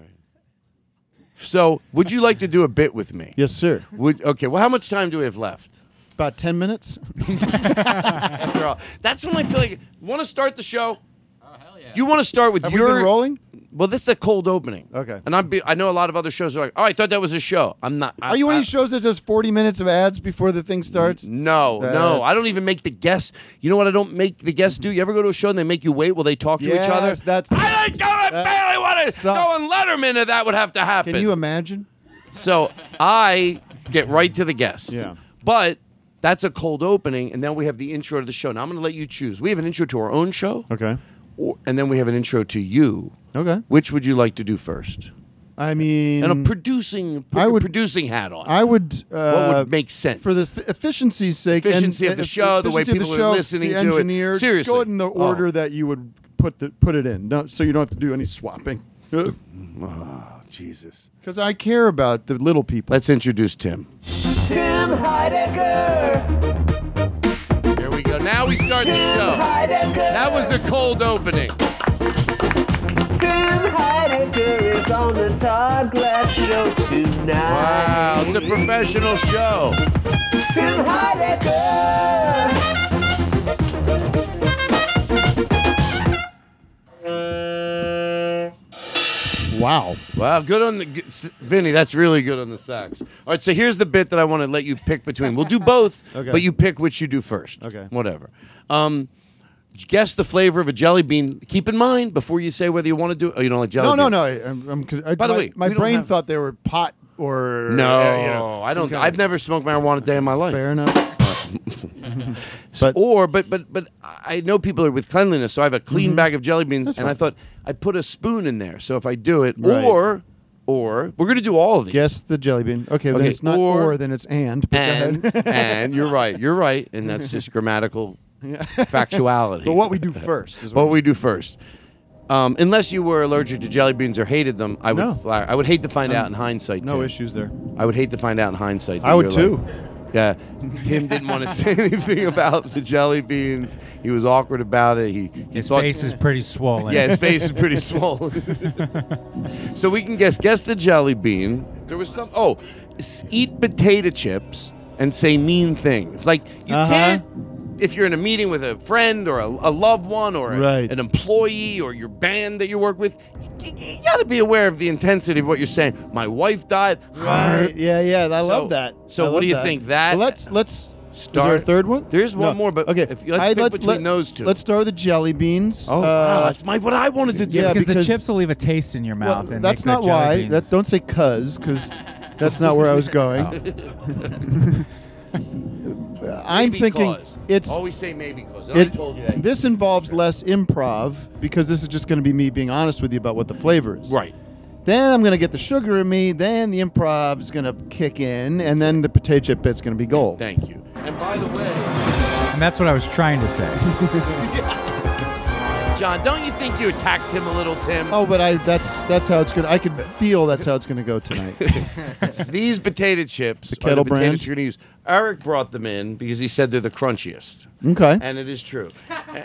So, would you like to do a bit with me?
Yes, sir.
Would okay. Well, how much time do we have left?
About ten minutes.
After all, that's when I feel like want to start the show. Oh hell yeah! You want to start with
Have
your
we been rolling?
Well, this is a cold opening.
Okay.
And I'm be, I know a lot of other shows are like, oh, I thought that was a show. I'm not. I,
Are you one
I,
of these shows that does forty minutes of ads before the thing starts?
No, no.
That's-
I don't even make the guests. You know what? I don't make the guests do. You ever go to a show and they make you wait while they talk to each other?
Yes, that's-
I don't. I
that
barely want to go
sucks.
on Letterman if that would have to happen.
Can you imagine?
So I get right to the guests.
Yeah.
But that's a cold opening, and then we have the intro to the show. Now I'm going to let you choose. We have an intro to our own show,
Okay.
or, and then we have an intro to you.
Okay.
Which would you like to do first?
I mean,
And a producing, put
Mm. I
your
would-
producing hat on.
I would. Uh,
what would make sense
for the f- efficiency's sake, and-
Efficiency of the
and
show, the way
efficiency of
people are
the show,
listening to
the
it.
engineer, just
Seriously.
go it in the
Oh.
order that you would put the put it in, don't, so you don't have to do any swapping.
Jesus.
Because I care about the little people.
Let's introduce Tim.
Tim Heidecker.
Here we go. Now we start the show.
Heidecker.
That was a cold opening.
Tim Heidecker is on the Todd Glass Show tonight.
Wow, it's a professional show.
Tim Heidecker.
Wow.
Wow, good on the good, s- Vinny. That's really good on the sax. All right, so here's the bit that I want to let you pick between. We'll do both,
Okay.
but you pick which you do first.
Okay.
Whatever. Um, guess the flavor of a jelly bean. Keep in mind before you say whether you want to do. Oh, you don't like jelly?
No, no,
beans.
no. I, I'm, I'm, con- I,
By the
my,
way,
my
we don't
brain
have-
thought they were pot or
No,
uh, you know,
I don't.
some kind
I've
of-
never smoked marijuana a day in my life.
Fair enough. but
Or, but but but I know people are with cleanliness, so I have a clean
Mm-hmm.
bag of jelly beans, and I thought I put a spoon in there. So if I do it,
Right.
or or we're gonna do all of these.
guess the jelly bean. Okay, then
Okay,
it's not
or-
or, then it's and. But go ahead.
and and you're right, you're right, and that's just grammatical factuality.
but what we do first is
what we do first. Um, unless you were allergic to jelly beans or hated them, I would
No.
fly- I would hate to find out in hindsight.
no
Tim.
issues there.
I would hate to find out in hindsight. that
I would
you're
too.
like- yeah, Tim didn't want to say anything about the jelly beans. He was awkward about it. He, he
His
thought-
face is pretty swollen.
yeah, his face is pretty swollen. so we can guess. Guess the jelly bean. There was some. Oh, s- eat potato chips and say mean things. Like you
Uh-huh.
can't. If you're in a meeting with a friend or a, a loved one or a-
Right.
an employee or your band that you work with, you, you got to be aware of the intensity of what you're saying. My wife died.
Right. Yeah, yeah. I love that.
so
I
what
love
do you think that-
Well, let's let's Is there a
Start-
third one?
There's one more, but if- let's pick between those two.
Let's start with the jelly beans.
Oh,
Uh,
wow, that's my, what I wanted to do.
yeah,
because,
because-
the chips will leave a taste in your
well,
mouth. and
that's
make the
not
jelly
why.
beans-
That's don't say cuz because that's not where I was going.
Oh.
I'm
Maybe
thinking
cause.
it's
always say maybe cause. I
it,
told you that.
this involves less improv because this is just going to be me being honest with you about what the flavor is.
right.
Then I'm going to get the sugar in me. Then the improv is going to kick in, and then the potato chip bit's going to be gold.
Thank you. And by the way,
and that's what I was trying to say.
John, don't you think you attacked him a little, Tim?
Oh, but I that's that's how it's gonna. I can feel that's how it's gonna go tonight.
These potato chips the are
kettle
the potatoes
brand?
you're going to use. Eric brought them in because he said they're the crunchiest,
okay.
and it is true.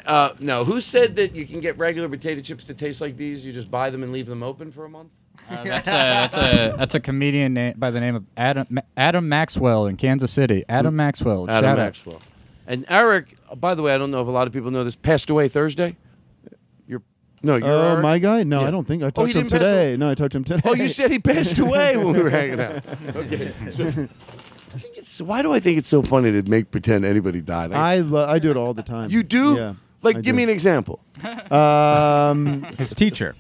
Uh, no, who said that you can get regular potato chips that taste like these? You just buy them and leave them open for a month?
Uh, that's, a, that's, a, Uh, that's a comedian na- by the name of Adam Ma- Adam Maxwell in Kansas City. Adam Maxwell.
Adam
shout
Maxwell. uh, And Eric, by the way, I don't know if a lot of people know this, passed away Thursday. Your No, you're
Oh,
our-
my guy? No,
Yeah.
I don't think. I
Oh,
talked
he
to him
didn't pass away?
today. No, I talked to him today.
Oh, you said he passed away when we were hanging out. Okay. So, I think it's, why do I think it's so funny to make pretend anybody died? Like,
I lo- I do it all the time.
you do?
Yeah.
like,
I
give
do.
me an example.
Um,
His teacher.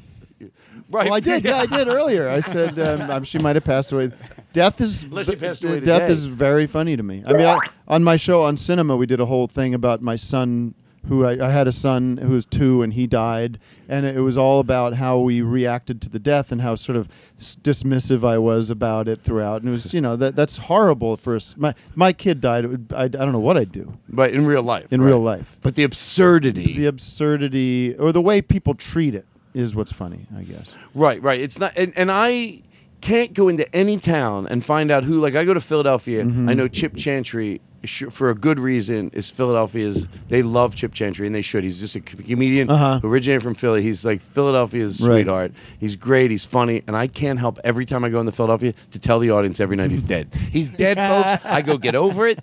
Right.
well, I did. Yeah, I did earlier. I said um, um, she might have passed away. Death is
Unless she passed away
death
today.
is very funny to me. I mean, I, on my show on cinema, we did a whole thing about my son. Who I, I had a son who was two and he died, and it was all about how we reacted to the death and how sort of s- dismissive I was about it throughout. And it was, you know, that that's horrible for us. My my kid died. It would, I, I don't know what I'd do
But in real life.
in
right.
real life.
But the absurdity.
The absurdity or the way people treat it is what's funny, I guess.
Right, right. It's not, and, and I can't go into any town and find out who. Like, I go to Philadelphia.
Mm-hmm.
I know Chip Chantry sh- for a good reason. Is Philadelphia's they love Chip Chantry and they should. He's just a c- comedian
Uh-huh.
who originated from Philly. He's like Philadelphia's
Right.
sweetheart. He's great. He's funny, and I can't help every time I go into Philadelphia to tell the audience every night he's dead. He's dead, folks. I go get over it.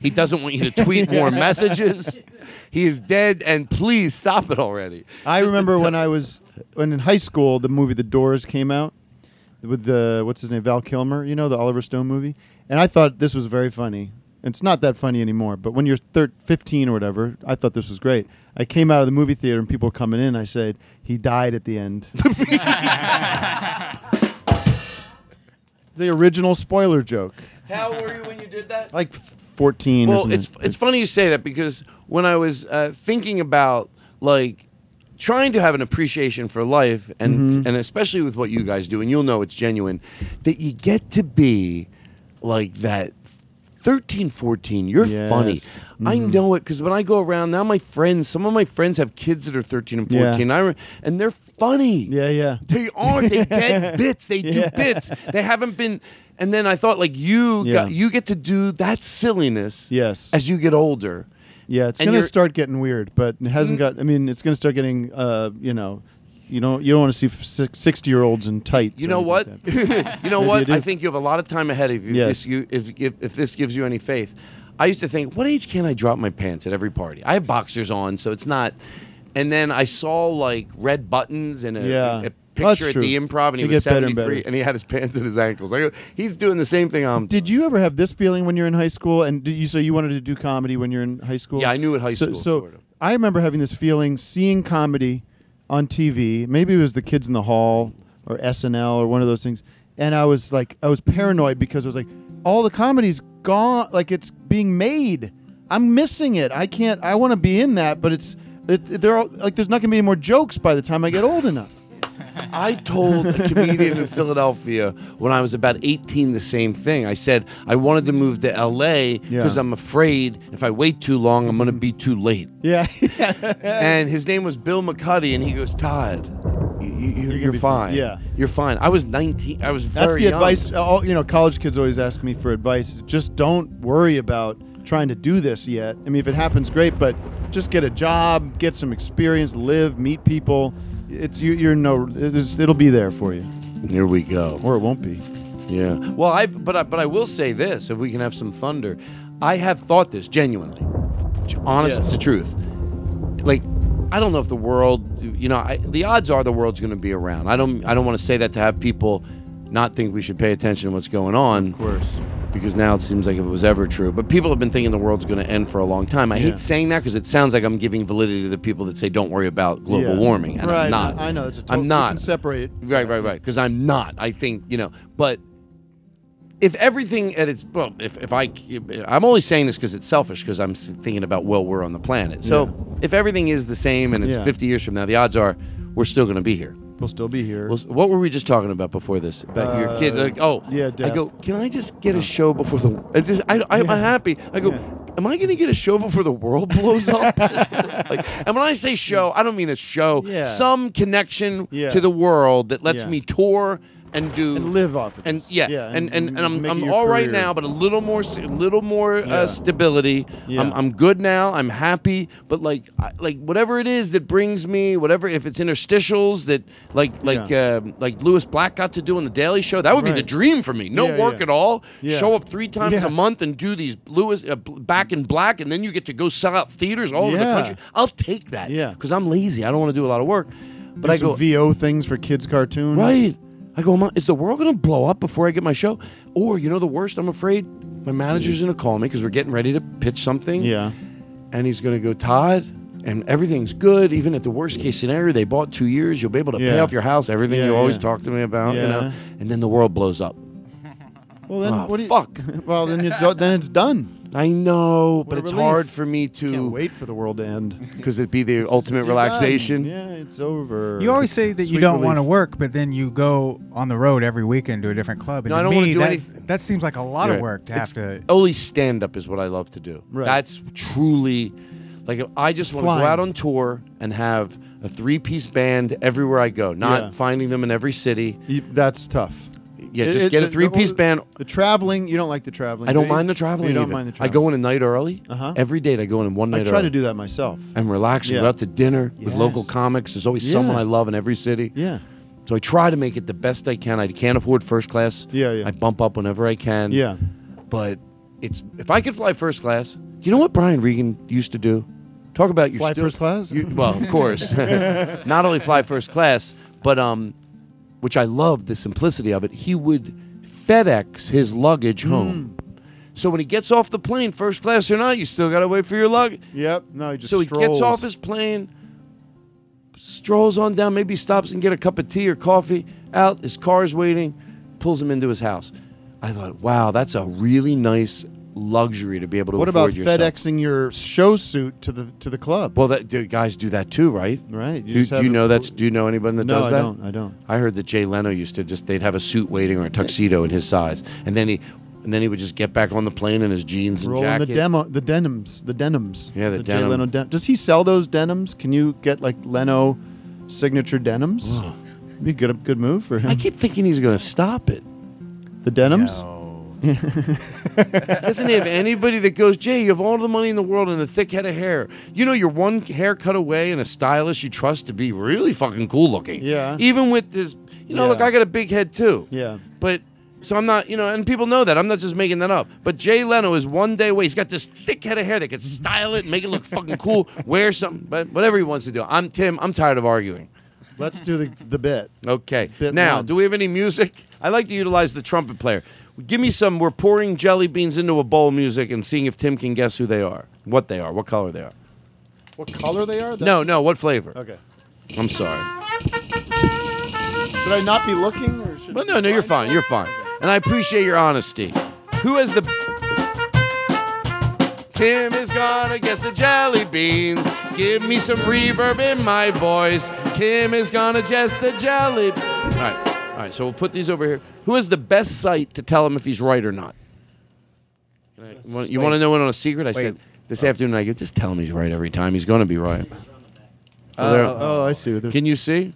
He doesn't want you to tweet more messages. He is dead, and please stop it already.
I
Just to
remember
tell-
when I was when in high school, the movie The Doors came out with the what's his name Val Kilmer, you know, the Oliver Stone movie, and I thought this was very funny. It's not that funny anymore, but when you're thir- 15 or whatever, I thought this was great. I came out of the movie theater and people were coming in. I said, "He died at the end." the original spoiler joke,
How were you when you did that?
like f- 14. or
Well,
something.
it's it's funny you say that because when I was uh, thinking about like trying to have an appreciation for life and and especially with what you guys do, and you'll know it's genuine, that you get to be like that 13, 14. You're
Yes.
funny. I know it because when I go around now, my friends, some of my friends have kids that are 13 and 14. I re- and they're funny.
yeah, yeah.
They are. They get bits. They
Yeah.
do bits. They haven't been. And then I thought, like you,
Yeah.
got, you get to do that silliness.
Yes.
As you get older.
Yeah, it's
And
going to
you're- Mm-hmm.
start getting weird, but it hasn't got. I mean, it's going to start getting. Uh, you know, you don't you don't want to see sixty-year-olds in tights.
You
or
know
anything
what?
like that.
you know
Maybe
what?
you
I
do.
think you have a lot of time ahead of you. If
Yes.
this, you if, if if this gives you any faith, I used to think, what age can I drop my pants at every party? I have boxers on, so it's not. And then I saw like red buttons and a,
Yeah.
a
That's
picture at
true.
the improv, and he
They
was
get better and
seventy
better.
three, and he had his pants at his ankles. I go, he's doing the same thing I'm.
Did you ever have this feeling when you're in high school? And did you so you wanted to do comedy when you're in high school?
Yeah, I knew at high
so,
school,
So
sort of.
I remember having this feeling, seeing comedy on TV. Maybe it was the Kids in the Hall or SNL or one of those things. And I was like, I was paranoid because I was like, all the comedy's gone. Like it's being made. I'm missing it. I can't. I want to be in that, but it's it, there. are Like there's not going to be any more jokes by the time I get old enough.
I told a comedian in Philadelphia when I was about 18 the same thing. I said I wanted to move to LA because
Yeah.
I'm afraid if I wait too long, I'm going to be too late.
Yeah.
And his name was Bill McCuddy, and he goes, Todd, you, you, you're,
be
fine.
fine." Yeah.
You're fine. I was 19. I was very
That's the
young.
advice. All you know, college kids always ask me for advice. Just don't worry about trying to do this yet. I mean, if it happens, great, but just get a job, get some experience, live, meet people. It's you. You're no. It's, it'll be there for you,
Here we go.
or it won't be.
Yeah. Well, I've but I, but I will say this: if we can have some thunder, I have thought this genuinely, j- honest
Yes.
to truth. Like, I don't know if the world, you know, I, the odds are the world's going to be around. I don't I don't want to say that to have people not think we should pay attention to what's going on. Of course. Because now it seems like if it was ever true, but people have been thinking the world's going to end for a long time. I hate saying that because it sounds like I'm giving validity to the people that say don't worry about global
Yeah.
warming, and
right.
I'm not.
I know. It's a total,
I'm not.
You can separate it.
Right, right, right. Because I'm not. I think you know. But if everything at its well, if if I I'm only saying this because it's selfish because I'm s- thinking about well we're on the planet. So if everything is the same and it's
Yeah.
50 years from now, the odds are we're still going to be here.
We'll still be here.
Well, s- what were we just talking about before this? About your kid?
Uh,
Like, oh,
yeah,
I
death.
go. Can I just get a show before the? I just, I, I, I'm happy. I go. Am I going to get a show before the world blows up? like, and when I say show, I don't mean a show.
Yeah.
Some connection
Yeah.
to the world that lets
Yeah.
me tour and do
and live off of
and
this.
yeah, and, and, and I'm,
make it
I'm
your
all right
career.
now, but a little more, s- a little more
Yeah.
uh, stability.
Yeah.
I'm, I'm good now. I'm happy, but like, I, like whatever it is that brings me, whatever if it's interstitials that like like
Yeah.
um like Lewis Black got to do on the Daily Show, that would be the
Right.
dream for me. No
Yeah,
work
yeah.
at all.
Yeah.
Show up three times
Yeah.
a month and do these Lewis uh, bl- back in black, and then you get to go sell out theaters all over the
Yeah.
country. I'll take that.
Yeah.
because I'm lazy. I don't want to do a lot of work. But
do
I
some
go,
VO things for kids' cartoons.
Right. I go, Mom, is the world going to blow up before I get my show? Or, you know, the worst, I'm afraid my manager's going to call me because we're getting ready to pitch something.
Yeah.
And he's going to go, Todd, and everything's good. Even at the worst case scenario, they bought two years. You'll be able to pay
Yeah.
off your house, everything
Yeah,
you always
yeah.
talk to me about, you know?
Yeah.
And then the world blows up.
Well, then
Oh,
what do you,
fuck.
Well, then it's uh, then it's done.
I know, but
a
it's
relief.
hard for me
Can't
to
wait for the world to end.
because it'd be the ultimate
You're
relaxation.
done. Yeah, it's over.
You always
It's
say that you
sweet
don't want to
relief.
work, but then you go on the road every weekend to a different club. And
No, I
to
don't wanna
me,
do
that's-
anything.
That seems like a lot
Right.
of work to
It's-
have to.
Only stand up is what I love to do.
Right.
That's truly like I just want to go
Flying.
out on tour and have a three piece band everywhere I go, not
Yeah.
finding them in every city.
You- that's tough.
Yeah,
It-
just
it-
get a
the-
three piece
the-
band.
The traveling, you don't like the traveling.
I
do
don't
you?
mind the traveling.
You don't
even.
mind the
I
traveling.
go in a night early.
Uh-huh.
Every date I go in one night
I try
early.
to do that myself.
I'm relaxing.
Yeah.
We're out to dinner with local
Yes.
comics. There's always
Yeah.
someone I love in every city.
Yeah.
So I try to make it the best I can. I can't afford first class.
Yeah, yeah.
I bump up whenever I can.
Yeah.
but it's if I could fly first class, you know what Brian Regan used to do? Talk about your
Fly first class?
You, well, of course, not only fly first class, but um, which I love the simplicity of it. He would FedEx his luggage home.
Hmm.
So when he gets off the plane, first class or not, you still gotta wait for your luggage.
Yep. No, he just
So he
strolls.
gets off his plane, strolls on down, maybe stops and get a cup of tea or coffee. Out, his car's waiting, pulls him into his house. I thought, wow, that's a really nice luxury to be able to
What about
afford yourself.
FedExing your show suit to the to the club?
Well, that do guys do that too, right?
right.
Do,
just
do
have
you
it-
know that's? Do you know anyone that
No,
does
I
that?
don't. I don't.
I heard that Jay Leno used to just they'd have a suit waiting or a tuxedo in his size, and then he, and then he would just get back on the plane in his jeans and
Rolling
jacket.
the demo, the denims, the denims.
Yeah, the
Jay
denim.
Leno den- Does he sell those denims? Can you get like Leno signature denims? Be good, a good move for
I
him.
keep thinking he's going to stop it.
The denims.
Doesn't he have anybody that goes, Jay, you have all the money in the world and a thick head of hair. You know, you're one haircut away and a stylist you trust to be really fucking cool looking.
Yeah.
Even with this, you know, look,
Yeah.
I got a big head too.
Yeah.
But so I'm not, you know, and people know that. I'm not just making that up. But Jay Leno is one day away. He's got this thick head of hair that could style it, make it look fucking cool, wear something, but whatever he wants to do. I'm Tim. I'm tired of arguing.
Let's do the the bit.
Okay.
Bit
now,
one.
do we have any music? I like to utilize the trumpet player. Give me some. We're pouring jelly beans into a bowl music and seeing if Tim can guess who they are, what they are, what color they are.
What color they are? That's-
No, no, what flavor?
Okay.
I'm sorry.
Should I not be looking? Or should
But no, no, you're fine. You're fine. And I appreciate your honesty. Who has the. Tim is gonna guess the jelly beans. Give me some reverb in my voice. Tim is gonna guess the jelly. All right. All right, so we'll put these over here. Who has the best site to tell him if he's right or not? Can I- you want- you want to know what on a secret? I said this afternoon. I go, just tell him he's right every time. He's gonna be right.
Uh,
Are there-
Oh, I see. There's,
can you see?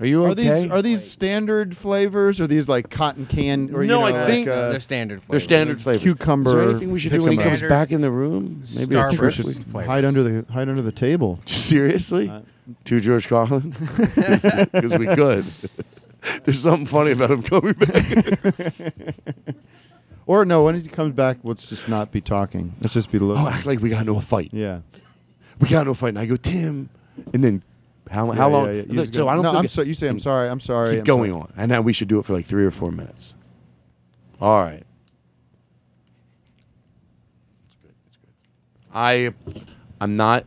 Are you
Are
okay?
these are these standard flavors? Or are these like cotton can? Or, you
No,
know,
I
like,
think-
uh,
They're standard flavors.
They're standard flavors.
cucumber
Is there anything we should do when he
pick 'em
comes
up.
back in the room? Maybe a trick.
Starburst flavors.
hide under the hide under the table.
Seriously? to George Carlin? Because we could. There's something funny about him coming back.
Or no, when he comes back, let's just not be talking. Let's just be looking.
Oh, act like we got into a fight.
yeah.
We got into a fight. And I go, Tim. And then how, how
Yeah,
long?
yeah, yeah. You
Look,
just
so
go,
I don't
no,
feel
I'm
good."
so, you say I'm
And
sorry. I'm sorry.
Keep
I'm
going
sorry."
on. And now we should do it for like three or four minutes. All right. I, I'm not.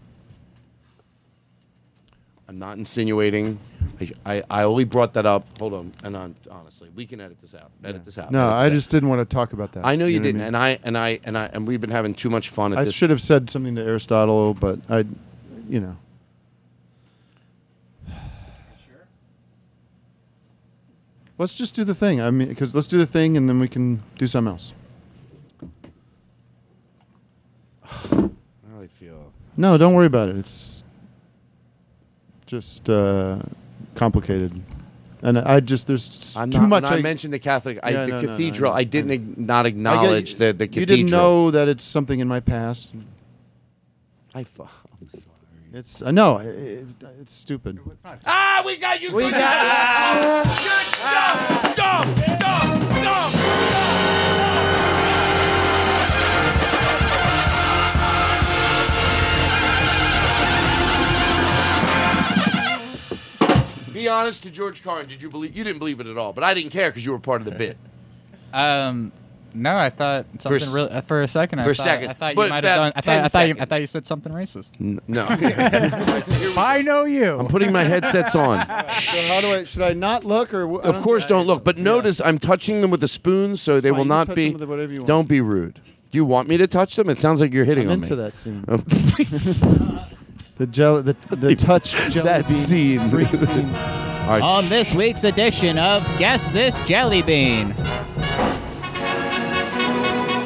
I'm not insinuating. I, I, I only brought that up. Hold on, and on, honestly, we can edit this out. Edit this out.
No,
edit
I
this out.
just didn't want to talk about that.
I know you,
what
didn't,
mean?
and I and I and I and we've been having too much fun at
I,
this.
should have said something to Aristotle, but I, you know. Let's just do the thing. I mean, because let's do the thing, and then we can do something else.
Now I feel.
No, don't worry about it. It's just uh, complicated, and I just there's
I'm
too
not,
much.
When I, mentioned the Catholic, I,
Yeah,
the
no, no, no,
cathedral.
no,
I
I-
didn't ag- not
I get-
acknowledge the the
You
cathedral.
didn't know that it's something in my past.
I fu- I'm sorry.
It's I know it, it's stupid.
Ah, we got you.
We got
Dumb, dumb, dumb. honest to George Carlin, did you believe? You didn't believe it at all, but I didn't care because you were part of the bit.
Um, no, I thought something
s-
real- uh, for a second. I
for a
thought,
second.
I thought
But
you might have done.
about
I
10
thought, I thought, you, I
seconds.
thought you said something racist.
No,
I know you.
I'm putting my headsets on.
So how do I? Should I not look or? wh- I
Of course, don't look. But notice I'm touching them with a spoon, so they
fine.
will
You
not
touch
be.
them with whatever you want.
Don't be rude. Do you want me to touch them? It sounds like you're hitting
I'm
on
into
me.
that scene.
that.
The gel, the, the touch jelly
that
bean
scene.
freak scene. Um,
All right.
On this week's edition of Guess This Jelly Bean.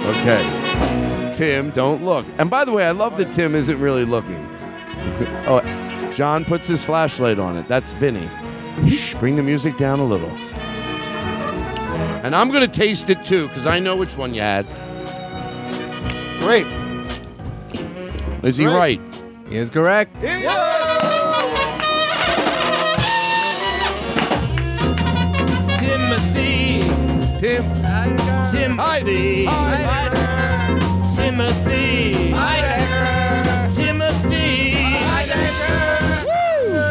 Okay. Tim, don't look. And by the way, I love that Tim isn't really looking. oh, John puts his flashlight on it. That's Vinny. Shh, bring the music down a little. And I'm going to taste it too, because I know which one you had.
Great.
Is he
Right.
right?
He is correct.
Timothy.
Tim.
Timothy. Timothy. Timothy. Woo!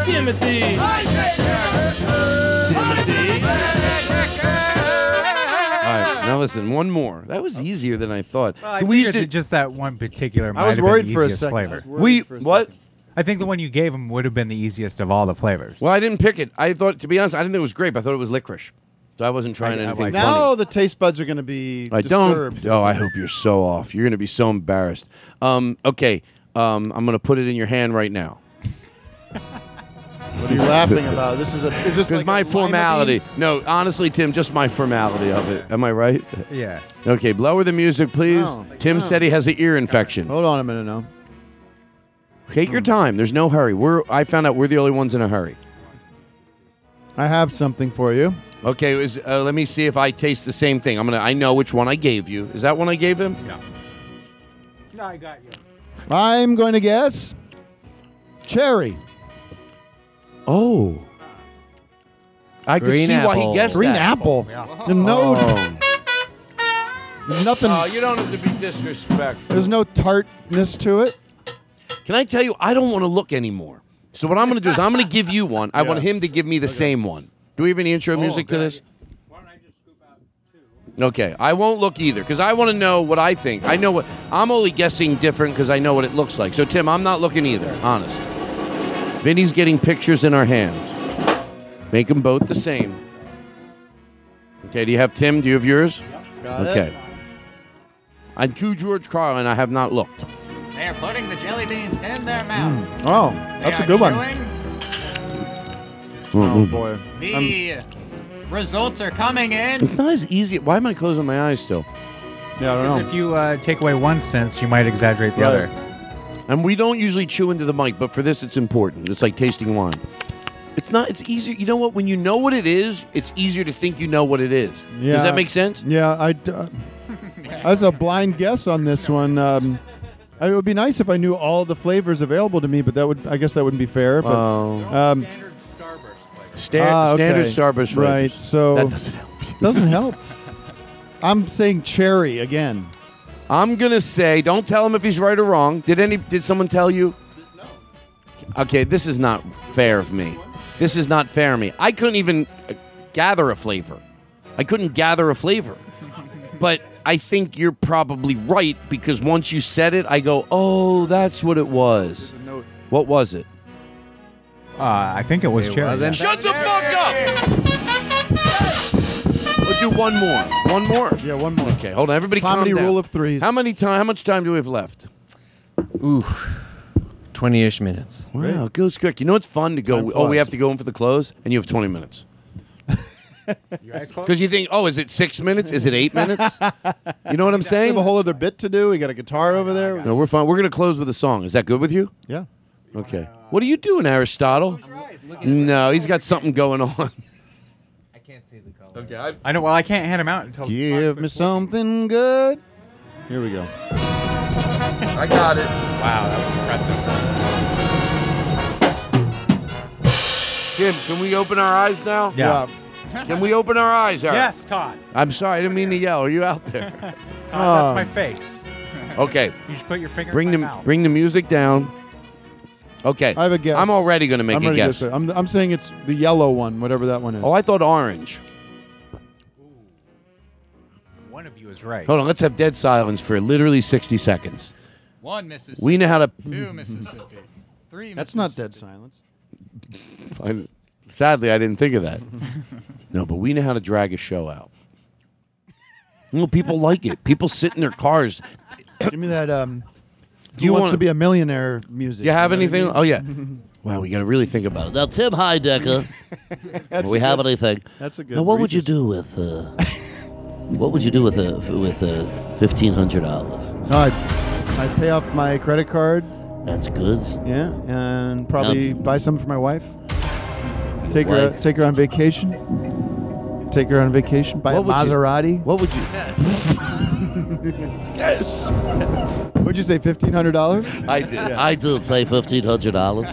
Timothy. Timothy.
All right, now listen, one more. That was easier than I thought.
I
we used
figured
to
that just that one particular might
I was
have been
worried
the
for a
easiest
second. I
flavor.
was worried
we
for a
what?
second.
I think the one you gave him would have been the easiest of all the flavors.
Well, I didn't pick it. I thought, to be honest, I didn't think it was grape. I thought it was licorice. So I wasn't trying
I
anything
like
funny.
Now the taste buds are going to be
I
disturbed.
don't. Oh, I hope you're so off. You're going to be so embarrassed. Um, okay, um, I'm going to put it in your hand right now.
What are you laughing about? This is a. Is this
Because
like
my
a lima
formality.
bean?
No, honestly, Tim, just my formality of it. Am I right?
Yeah.
Okay, lower the music, please.
No.
Tim
No.
said he has an ear infection.
Hold on a minute now.
Take your time. There's no hurry. We're. I found out we're the only ones in a hurry.
I have something for you.
Okay, is, uh, let me see if I taste the same thing. I'm gonna. I know which one I gave you. Is that one I gave him?
No, I got you.
I'm going to guess cherry.
Oh. I could
Green
see why he
apple.
guessed
Green
that.
apple.
Yeah.
No, nothing.
Oh, you don't have to be disrespectful.
there's no tartness to it.
Can I tell you, I don't want to look anymore. So what I'm going to do is I'm going to give you one. I want him to give me the same one. Do we have any
Oh,
intro music to this? Okay, I won't look either because I want to know what I think. I know what I'm only guessing different because I know what it looks like. So Tim, I'm not looking either, honest. Vinny's getting pictures in our hands. Make them both the same. Okay, do you have Tim? Do you have yours?
Got
okay.
it.
I'm to George Carlin. I have not looked.
They are putting the jelly beans in their mouth.
Oh, that's a good one.
Mm-hmm.
Oh boy.
The results are coming
It's
in.
not as easy. Why am I closing my eyes still?
Yeah, I don't
If
know.
you uh, take away one sense, you might exaggerate the
Right.
other.
And we don't usually chew into the mic, but for this, it's important. It's like tasting wine. It's not. It's easier. You know what? When you know what it is, it's easier to think you know what it is. Does
Yeah.
that make sense?
Yeah, I. d- uh, As a blind guess on this one, um, I, it would be nice if I knew all the flavors available to me, but that would I guess that wouldn't be fair. But
Oh,
um,
Sta-
ah,
standard
okay.
Starburst flavors.
Right. So
That doesn't help. you.
Doesn't help. I'm saying cherry again.
I'm gonna say. Don't tell him if he's right or wrong. Did any? Did someone tell you? No. Okay, this is not fair of me. This is not fair of me. I couldn't even uh, gather a flavor. I couldn't gather a flavor. but I think you're probably right because once you said it, I go, "Oh, that's what it was." What was it?
Uh, I think it was cherry.
Shut the fuck up! We'll do one more. One more.
Yeah, one more.
Okay, hold on. Everybody,
Comedy
calm down.
rule of threes.
How many time? How much time do we have left?
Ooh, 20 ish minutes.
Wow, it goes quick. You know it's fun to go.
Time
Oh, we
flies.
have to go in for the close, and you have twenty minutes because you think, oh, is it six minutes? Is it eight minutes? You know what I'm
we
saying?
have a whole other bit to do. We got a guitar over there.
No, we're fine. We're gonna close with a song. Is that good with you?
Yeah.
Okay. What are you doing, Aristotle? No, he's got something going on.
I can't see the color.
I know. Well, I can't hand him out until.
Give me something good. Here we go.
I got it.
Wow, that was impressive.
Kim, can we open our eyes now?
Yeah.
Can we open our eyes, Eric?
Yes, Todd.
I'm sorry, I didn't mean to yell. Are you out there?
Oh.
Todd, that's my face.
Okay.
You should put your finger
Bring
in my
the
mouth.
bring the music down. Okay.
I have a guess.
I'm already going to make
I'm
a
already
guess.
guessing. I'm, I'm saying it's the yellow one, whatever that one is.
Oh, I thought orange.
One of you is right.
Hold on, let's have dead silence for literally 60 seconds.
One Mississippi.
We know how to.
Two Mississippi. Three.
That's not dead silence.
I- sadly, I didn't think of that. no, but we know how to drag a show out. You know, people like it. People sit in their cars.
Give me that. Um,
Do
Who
you
wants
wanna-
to be a millionaire music?
You have
know what I
anything?
mean?
Oh yeah. Wow, we got to really think about it. Now, Tim Heidecker,
That's
we
a
have
good-
anything?
That's a good.
Now, what would you
Regis.
do with uh, what would you do with uh, f- with uh, fifteen hundred dollars?
No, I, I pay off my credit card.
That's good.
Yeah, and probably buy some for my wife. Take her
wife?
take her on vacation. Take her on vacation. Buy
What
a
would you-
Maserati.
What would you?
yes. Would you say fifteen hundred dollars?
I did.
I did say fifteen hundred dollars.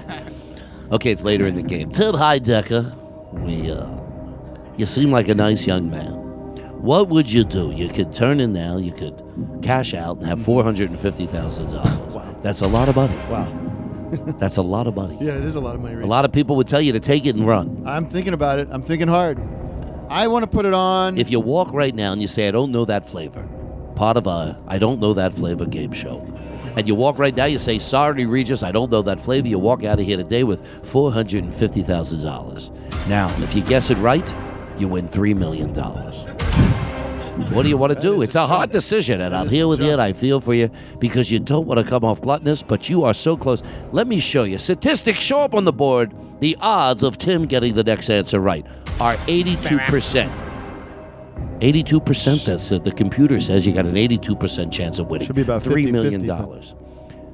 Okay, it's later in the game. Tim Heidecker, we uh, you seem like a nice young man. What would you do? You could turn in now. You could cash out and have four hundred and fifty thousand dollars.
Mm-hmm. Wow.
That's a lot of money.
Wow.
That's a lot of money.
Yeah, it is a lot of money.
A lot of people would tell you to take it and run.
I'm thinking about it. I'm thinking hard. I want to put it on.
If you walk right now and you say, I don't know that flavor, part of a I don't know that flavor game show, and you walk right now, you say, Sorry, Regis, I don't know that flavor, you walk out of here today with $450,000. Now, if you guess it right, you win $3 million. What do you want to do? It's a hard decision, and I'm here with you, and I feel for you because you don't want to come off gluttonous, but you are so close. Let me show you. Statistics show up on the board. The odds of Tim getting the next answer right are 82%. 82% that's it. The computer says you got an 82% chance of winning.
Should be about
$3
$50,
million
$50.
dollars.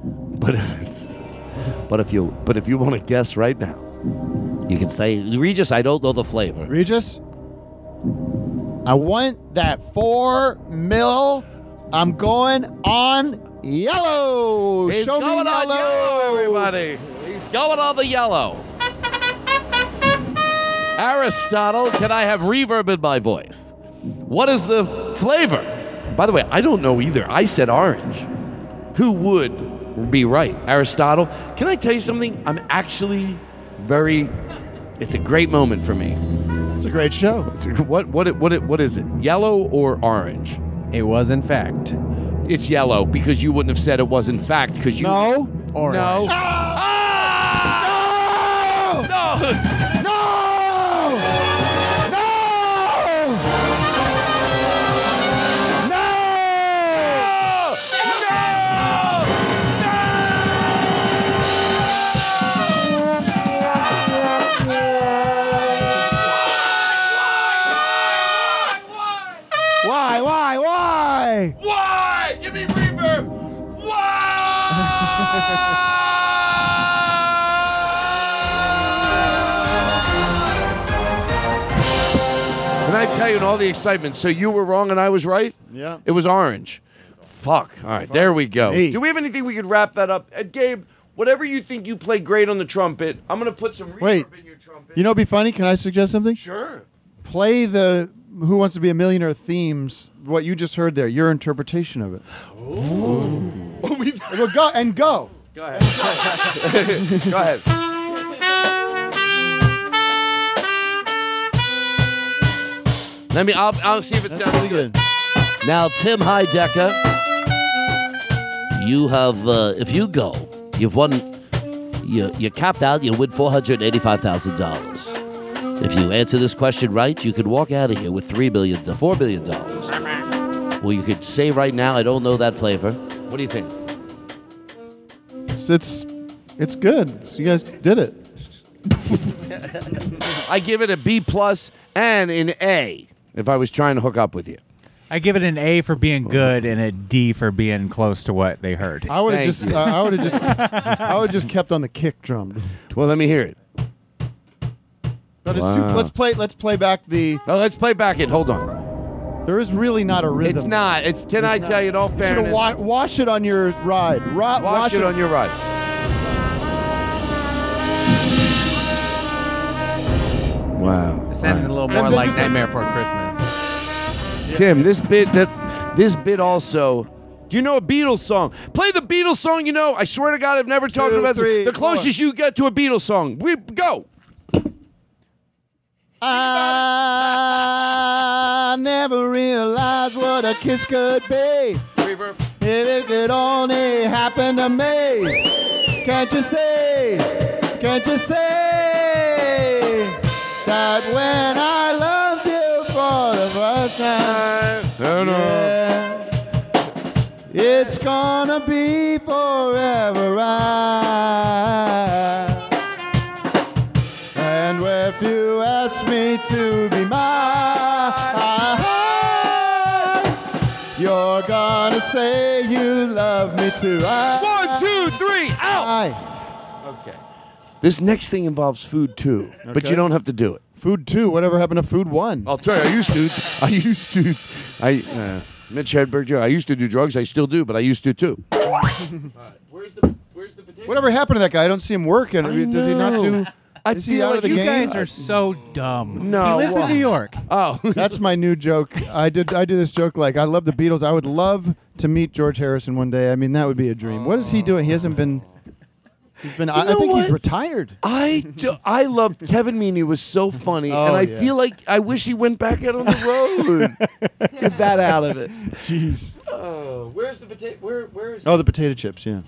But if it's- but if you but if you want to guess right now, you can say Regis, I don't know the flavor.
Regis, I want that four mil. I'm going on yellow.
He's
Show
going
me
on
yellow.
yellow, everybody. He's going on the yellow. Aristotle, can I have reverb in my voice? What is the flavor? By the way, I don't know either. I said orange. Who would be right? Aristotle, can I tell you something? I'm actually very. It's a great moment for me.
It's a great show.
It's- What what it- what it- what is it? Yellow or orange?
It was, in fact.
It's yellow because you wouldn't have said it was in fact because you
No. Ah!
Orange.
no.
No.
No!
No. No.
No!
Why? Why? Why?
Why? Give me reverb! Can I tell you in all the excitement? So you were wrong and I was right?
Yeah.
It was orange. Fuck. All right, there we go.
Hey.
Do we have anything we could wrap that up? Uh, Gabe, whatever you think you play great on the trumpet, I'm going to put some reverb
Wait.
in your trumpet.
You know, what'd be funny. Can I suggest something?
sure.
Play the Who Wants to Be a Millionaire themes. What you just heard there, your interpretation of it. Oh. well, go and go.
Go ahead. Go ahead. Let me. I'll, I'll see if it
That's pretty
sounds good.
good.
Now, Tim Heidecker, you have, uh, if you go, you've won, you, you capped out, you win $485,000. If you answer this question right, you could walk out of here with $3 billion to $4 billion. Well, you could say right now, I don't know that flavor.
What do you think?
It's it's, it's good. It's- you guys did it.
I give it a B plus and an A if I was trying to hook up with you.
I give it an A for being good and a D for being close to what they heard.
I would have
Thank
just.
you.
Uh, I would have just. I would just kept on the kick drum.
Well, let me hear it.
But it's
Wow.
too, let's play. Let's play back the.
No, let's play back it. Hold on.
There is really not a rhythm.
It's not. It's. Can I tell you in all
You should
fairness?
wa- wash it on your ride. Ro- wash,
Watch it on your right. Wow.
It sounded a little more
And then
like
you-
Nightmare Before Christmas.
Tim, this bit that this bit also Do you know a Beatles song? Play the Beatles song you know. I swear to God, I've never talked
Two,
about this.
three,
the closest you get to a Beatles song. We go.
I never realized what a kiss could be. If it could only happen to me. Can't you see? Can't you see that when I loved you for the first time, yeah, it's gonna be forever right. And if you ask me to be mine, you're gonna say you love me too. I,
One, two, three, out. Okay. This next thing involves food too, but
Okay.
you don't have to do it.
Food two. Whatever happened to food one?
Oh.
I'll tell you, I used to. I used to. I uh, Mitch Hedberg. Joe, I used to do drugs. I still do, but I used to too.
Whatever happened to that guy? I don't see him working. Does he not do?
I
is he out of the
you
game?
guys are so dumb.
No,
he lives
why?
in New York.
Oh,
That's my new joke. I did. I do this joke like I love the Beatles. I would love to meet George Harrison one day. I mean, that would be a dream. What is he doing? He hasn't been. He's been. I, I
know
think
what?
he's retired.
I do, I loved Kevin Meaney was so funny,
Oh,
and I
yeah.
feel like I wish he went back out on the road. Get that out of it.
Jeez.
Oh, where's the potato? Where where is?
Oh, the potato chips. Yeah.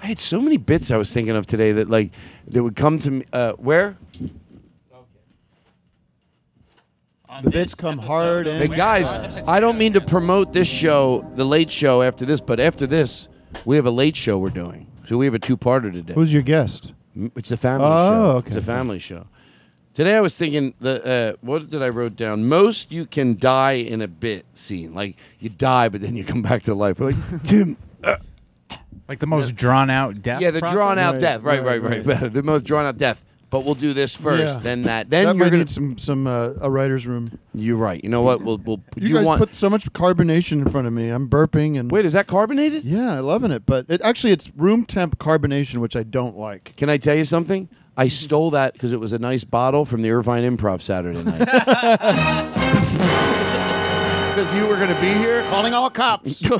I had so many bits I was thinking of today that like that would come to me. Uh, where
The bits come hard and
the guys? I don't mean to promote this show, the late show after this, but after this, we have a late show we're doing. So we have a two-parter today.
Who's your guest?
M- It's a family
Oh,
show.
okay.
It's a family show. Today I was thinking the uh, what did I wrote down? Most you can die in a bit scene, like you die but then you come back to life. We're like Tim,
Like the most drawn out death.
yeah, the
process?
drawn out
Right,
death, right, right,
right,
right, the most drawn out death. But we'll do this first,
Yeah.
then that,
That
then
might
you're gonna.
need some some uh, a writer's room.
You're right. You know what? We'll we'll.
You,
you
guys
want?
put so much carbonation in front of me. I'm burping and
wait, is that carbonated?
yeah, I loving it. But it actually it's room temp carbonation, which I don't like.
Can I tell you something? I stole that because it was a nice bottle from the Irvine Improv Saturday night. Because you were going to be here,
Calling all cops. and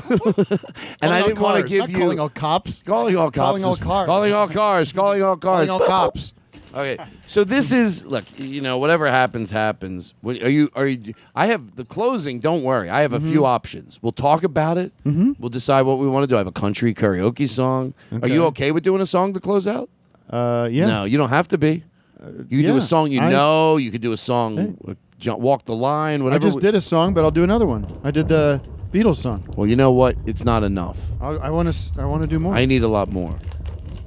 and I didn't want to give you
calling all cops.
Calling all cops.
Calling all
is-
cars.
Calling all cars. Calling all cars.
Calling all cops.
Okay. So this is look. You know, whatever happens, happens. What, are you? Are you? I have the closing. Don't worry. I have a
Mm-hmm.
few options. We'll talk about it. We'll decide what we want to do. I have a country karaoke song. Are you okay with doing a song to close out?
Uh, yeah. Uh,
No, you don't have to be. You can do
yeah,
a song you
I-
know. You could do a song. uh, jump, walk the line.
I
Whatever.
just
we-
did a song, but I'll do another one. I did the Beatles song.
Well, you know what? It's not enough.
I, I want to. I want to do more.
I need a lot more.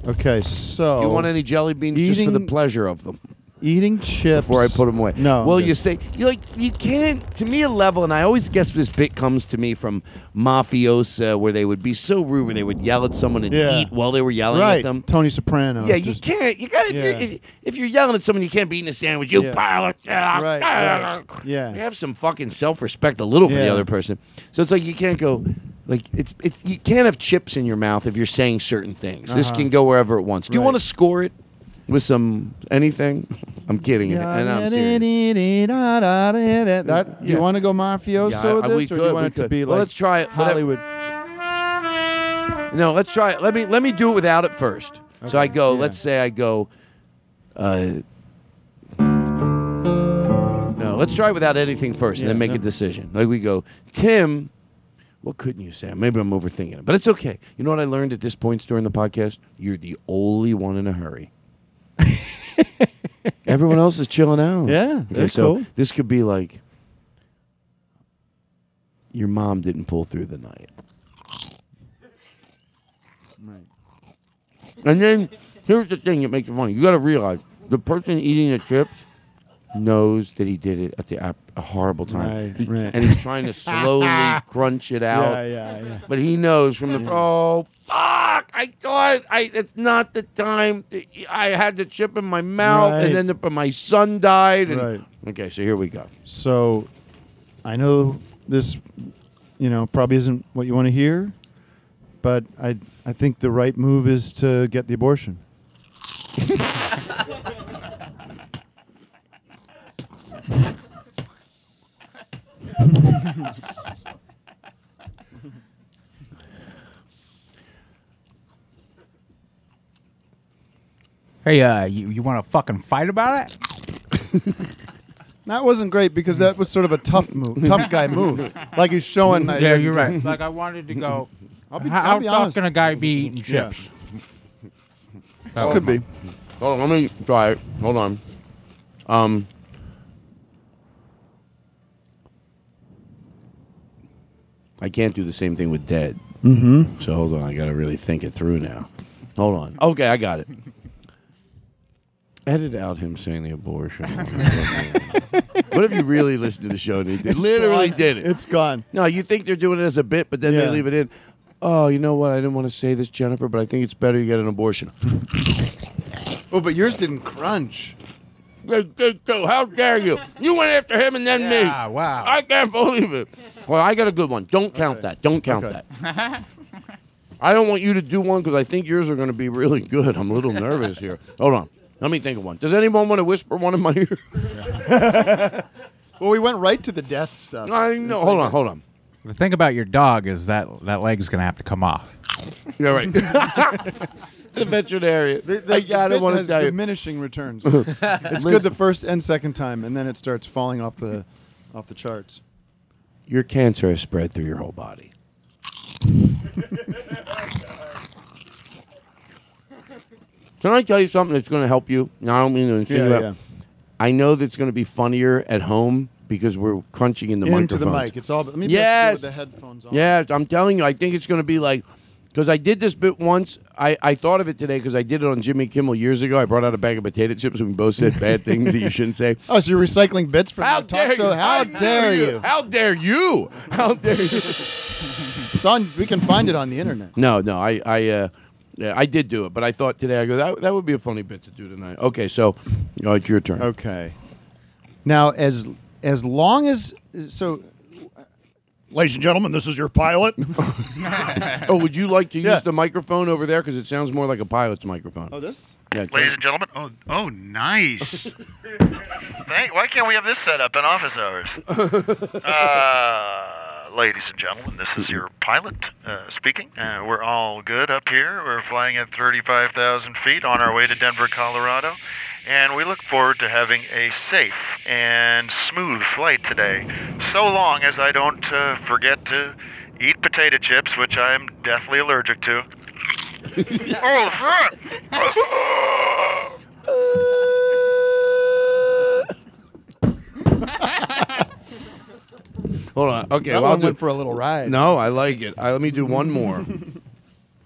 okay, so
You want any jelly beans just for the
Oh. Eating-
pleasure of them?
eating chips
before I put them away.
No.
Well,
good.
you say you like you can't. To me, a level, and I always guess this bit comes to me from mafiosa, where they would be so rude when they would yell at someone and
Yeah.
eat while they were yelling
right,
at them.
Tony Soprano.
yeah, you
Just-
can't. You got to
Yeah.
if, you're, if, if you're yelling at someone, you can't be eating a sandwich. You
Yeah.
pile of shit. up. Ah.
Right, right. Yeah.
You have some fucking self respect, a little for the
Yeah.
other person. So it's like you can't go. Like it's it's you can't have chips in your mouth if you're saying certain things. This
Uh-huh.
can go wherever it wants. Do you
Right.
want to score it with some anything? I'm kidding.
Yeah,
and I'm
da-
serious.
da- da- da- da- da- da- That
Yeah.
you want to go mafioso
Yeah, I-
with
I- we
this, or do
could,
you want
we
it to
could.
be
Well,
like
let's try it. Whatever-
Hollywood?
No, let's try it. Let me let me do it without it first. So I go.
Yeah.
Let's say I go. Uh, no, let's try it without anything first, and
Yeah,
then make
no.
a decision. Like we go, Tim. What couldn't you say? Maybe I'm overthinking it, but it's okay. You know what I learned at this point during the podcast? You're the only one in a hurry. Everyone else is chilling out.
Yeah,
Okay,
they're
so
cool.
this could be like, your mom didn't pull through the night. And then here's the thing that makes it funny. You got to realize the person eating the chips knows that he did it at the ap- a horrible time,
Right,
He-
right.
and he's trying to slowly crunch it out.
Yeah, yeah, yeah.
But he knows from the oh fuck! I thought I it's not the time. to eat." I had the chip in my mouth,
Right.
and then the, but my son died. And,
Right.
Okay, so here we go.
So, I know this, you know, probably isn't what you want to hear, but I I think the right move is to get the abortion.
Hey, uh, you, you want to fucking fight about it?
That wasn't great because that was sort of a tough move, tough guy move. Like he's showing. that he
Yeah,
doesn't
you're right.
care.
Like I wanted to go.
I'll be-
how
I'll be
how tough
honest.
can a guy be eating
Yeah.
chips?
This could be.
Hold on, let me try it. Hold on. Um. I can't do the same thing with dead.
Mhm.
So hold on, I gotta really think it through now. Hold on. Okay, I got it. Edit out him saying the abortion. what if you really listened to the show and they did?
It's
literally
gone.
did it?
It's gone.
No, you think they're doing it as a bit, but then they
Yeah.
leave it in. Oh, you know what? I didn't want to say this, Jennifer, but I think it's better you get an abortion.
Oh, but yours didn't crunch.
How dare you? You went after him and then me.
Yeah, Ah, wow.
I can't believe it. Well, I got a good one. Don't count that. Don't count that. I don't want you to do one because I think yours are going to be really good. I'm a little nervous here. Hold on. Let me think of one. Does anyone want to whisper one in my ear?
Well, we went right to the death stuff.
I know. Hold on. Hold on.
The thing about your dog is that that leg's gonna have to come off.
Yeah, right. the veterinarian. I, I don't want to
has
tell you.
diminishing returns. it's good the first and second time, and then it starts falling off the off the charts.
Your cancer has spread through your whole body. Can I tell you something that's going to help you? No, I don't mean to insinuate.
yeah.
I know that's going to be funnier at home because we're crunching in the
Into the
microphones.
mic. It's all. Let me
Yes.
put the headphones on.
Yeah, I'm telling you, I think it's going to be like because I did this bit once. I, I thought of it today because I did it on Jimmy Kimmel years ago. I brought out a bag of potato chips and we both said bad things that you shouldn't say.
Oh, so you're recycling bits from
How
the talk
dare
show?
you?
How, dare you?
How dare you? How dare you?
It's on. We can find it on the internet.
No, no, I, I, uh, yeah, I did do it, but I thought today I go that that would be a funny bit to do tonight. Okay, so uh, it's your turn.
Okay. Now, as as long as so, ladies and gentlemen, this is your pilot.
Oh, would you like to use
Yeah.
the microphone over there because it sounds more like a pilot's microphone?
oh, this.
yeah, it's-
Ladies and gentlemen, oh, oh, nice. Thank, why can't we have this set up in office hours? Uh, ladies and gentlemen, this is your pilot uh, speaking. Uh, we're all good up here. We're flying at 35,000 feet on our way to Denver, Colorado. And we look forward to having a safe and smooth flight today, so long as I don't uh, forget to eat potato chips, which I am deathly allergic to. oh, shit!
Hold on. Okay,
that
well, I'll
one
do-
went for a little ride.
No, I like it. I, let me do one more.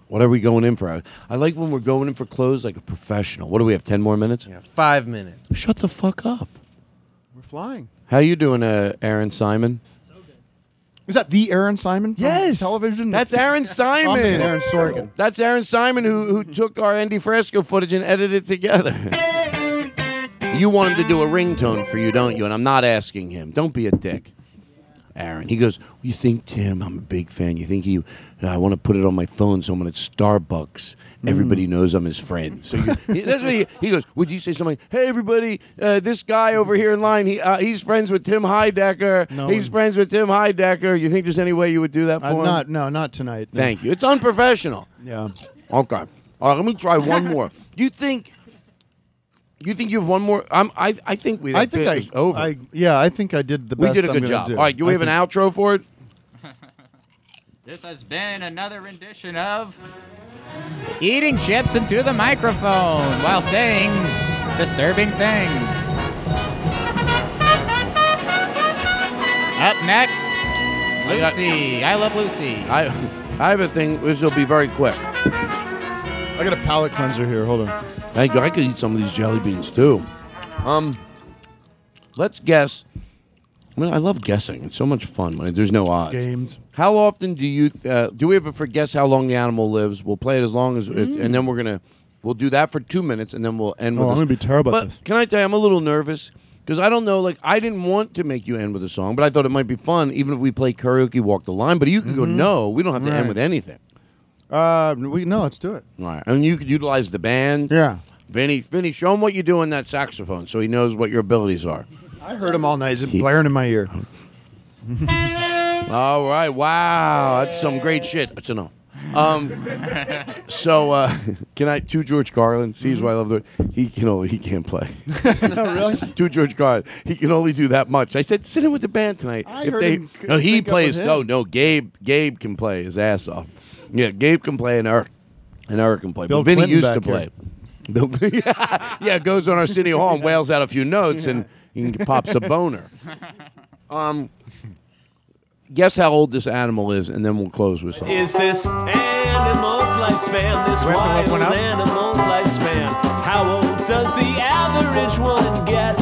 what are we going in for? I, I like when we're going in for clothes like a professional. What do we have? Ten more minutes? Yeah.
Five minutes.
Shut the fuck up.
We're flying.
How you doing, uh, Aaron Simon?
Is that the Aaron Simon? from
Yes.
Television.
That's Aaron
I'm
Simon.
thinking Aaron Sorkin.
That's Aaron Simon who who took our Andy Fresco footage and edited it together. You want him to do a ringtone for you, don't you? And I'm not asking him. Don't be a dick. Aaron. He goes, You think, Tim, I'm a big fan. You think he, I want to put it on my phone so I'm at Starbucks.
Mm-hmm.
Everybody knows I'm his friend. So you, he- that's what he, he goes, Would you say something? Hey, everybody, uh, this guy over here in line, he, uh, he's friends with Tim Heidecker.
No
he's
one-
friends with Tim Heidecker. You think there's any way you would do that for
I'm
him?
not. No, not tonight.
Thank you. It's unprofessional.
Yeah.
Okay. All right, let me try one more. Do you think. You think you have one more? I'm, I I think we.
I
that
think
bit
I.
is over.
I yeah, I think I did the
we
best.
did a
I'm
good
gonna
job.
do.
All right, do
I
we have an
think-
outro for it?
This has been another rendition of eating chips into the microphone while saying disturbing things. Up next,
got-
Lucy. I love Lucy.
I I have a thing. This will be very quick.
I got a palate cleanser here. Hold on.
Thank you. I could eat some of these jelly beans too. Um, let's guess. I mean, I love guessing. It's so much fun when there's no odds.
Games.
How often do you uh, do we ever for guess how long the animal lives? We'll play it as long as, it, and then we're gonna we'll do that for two minutes, and then we'll end.
Oh,
with this.
I'm gonna be terrible at
But
this.
can I tell you, I'm a little nervous because I don't know. Like, I didn't want to make you end with a song, but I thought it might be fun, even if we play karaoke, walk the line. But you could go, no, we don't have to end
Mm-hmm. Right.
with anything.
Uh, we no, let's do it.
All right, and you could utilize the band.
Yeah.
Vinny, Vinny, show him what you do on that saxophone so he knows what your abilities are.
I heard him all night. He's blaring in my ear.
All right. Wow. That's some great shit. That's enough. Um, so uh, can I? To George Carlin, sees why I love the. He can only he can't play. really? To George Carlin, he can only do that much. I said, sit in with the band tonight.
I heard him c-
no, he
sync up with
plays. No,
him.
no, Gabe. Gabe can play his ass off. Yeah, Gabe can play, and Eric, and Eric can play.
Bill
but Vinny
Clinton
used
back
to play.
here.
Bill, yeah, yeah, goes on our city hall and wails out a few notes, and he pops a boner. Um, guess how old this animal is, and then we'll close with something.
Is this animal's lifespan? This
Do we have
wild
to look one up?
animal's lifespan. How old does the average one get?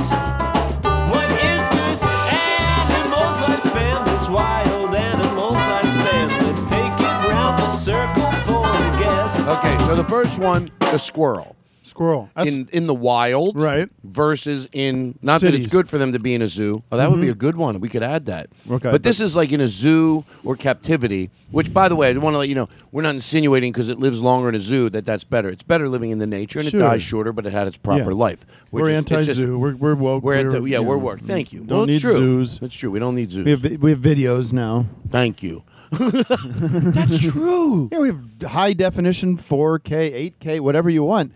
What is this animal's lifespan? This wild animal's lifespan. Let's take it round the circle for a guess.
Okay, so the first one, the squirrel.
Squirrel
in in the wild, right? Versus in not that
Cities. Mm-hmm.
it's good for them to be in a zoo. Oh, that would be a good one. We could add that.
Okay,
but this is like in a zoo or captivity. Which, by the way, I want to let you know, we're not insinuating because it lives longer in a zoo that that's better. It's better living in the nature and
Sure.
it dies shorter, but it had its proper
Yeah.
life.
We're
is- it's just-
anti-zoo. We're- we're woke.
We're
We're-
anti- yeah,
yeah.
we're woke. Thank you.
Don't
well,
need
it's true.
zoos.
That's true. We don't need zoos.
We have vi- we have videos now.
Thank you. That's true.
Yeah, we have high definition, 4K, 8K, whatever you want.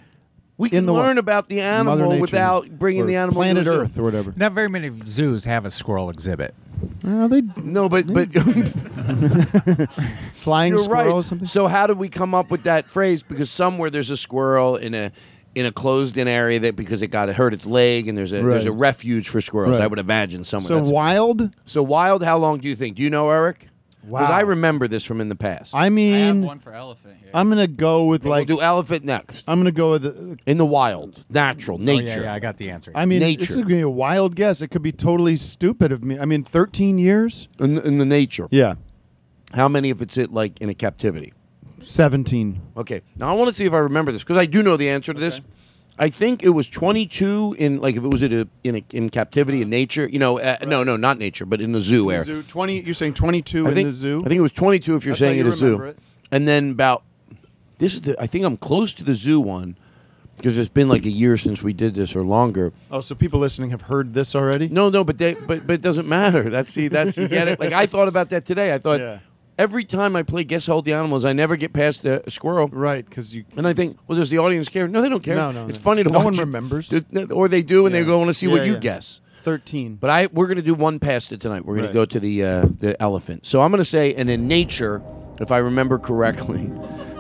We
can learn
about the
animal without bringing the animal to a
Planet
zoo.
Earth or whatever.
Not very many zoos have a squirrel exhibit.
No, they
no, but but
flying
You're
squirrel
right.
or something.
So how did we come up with that phrase? Because somewhere there's a squirrel in a in a closed-in area that because it got it hurt its leg, and there's a there's a
Right.
refuge for squirrels.
Right.
I would imagine somewhere.
So
That's-
wild.
so wild. How long do you think? Do you know Eric? Because
Wow.
I remember this from in the past.
I mean, one for elephant here. I'm gonna go with like
we'll do elephant next.
I'm gonna go with. uh,
in the wild, natural,
Oh,
Oh,
yeah,
nature.
yeah, I
got the answer.
I mean,
nature.
this is gonna be a wild guess. It could be totally stupid of me. I mean, 13 years,
in, in the nature.
Yeah.
How many if it's it like in a captivity?
17.
Okay. Now I want to see if I remember this because I do know the answer to this. I think it was 22 in like if it was in a, in, a, in captivity in nature. You know, uh, no, no, not nature, but in the zoo area.
Zoo 20. You're saying 22
I think,
in the zoo?
I think it was 22 if you're
That's how
saying
you
it a zoo.
remember it.
And then about this is the I think I'm close to the zoo one because it's been like a year since we did this or longer.
Oh, so people listening have heard this already?
No, no, but they but but it doesn't matter. That's see that's you get it. Like I thought about that today. I thought every time I play Guess How Old the Animals, I never get past the squirrel.
Right, because you
and I think, well, does the audience care? No, they don't care.
No, no,
it's
no.
funny to
No
watch.
one
it.
remembers.
Th- or they do, and they go want to see
Yeah,
what you
yeah.
guess.
13.
But I we're gonna do one past it tonight. We're gonna
Right.
go to the uh, the elephant. So I'm gonna say, and in nature, if I remember correctly,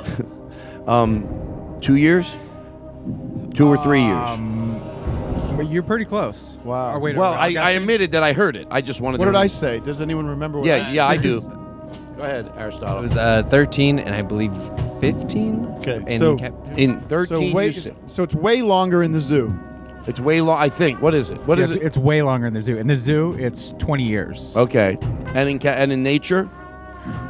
um, two years, two or three years.
Um,
But you're pretty close.
Wow.
Or wait,
well,
no,
I,
got
I
you.
admitted that I heard it. I just wanted.
What
to
did I say? Does anyone remember what I
Yeah,
said?
yeah, I
This
do.
is-
Go ahead, Aristotle.
It was uh, 13 and I believe 15.
Okay,
And
so
in 13
So, way,
you said-
so it's way longer in the zoo.
It's way long. I think. What is it? What
Yeah,
is
it's,
it?
it's way longer in the zoo. In the zoo, it's 20 years.
Okay. And in ca- and in nature,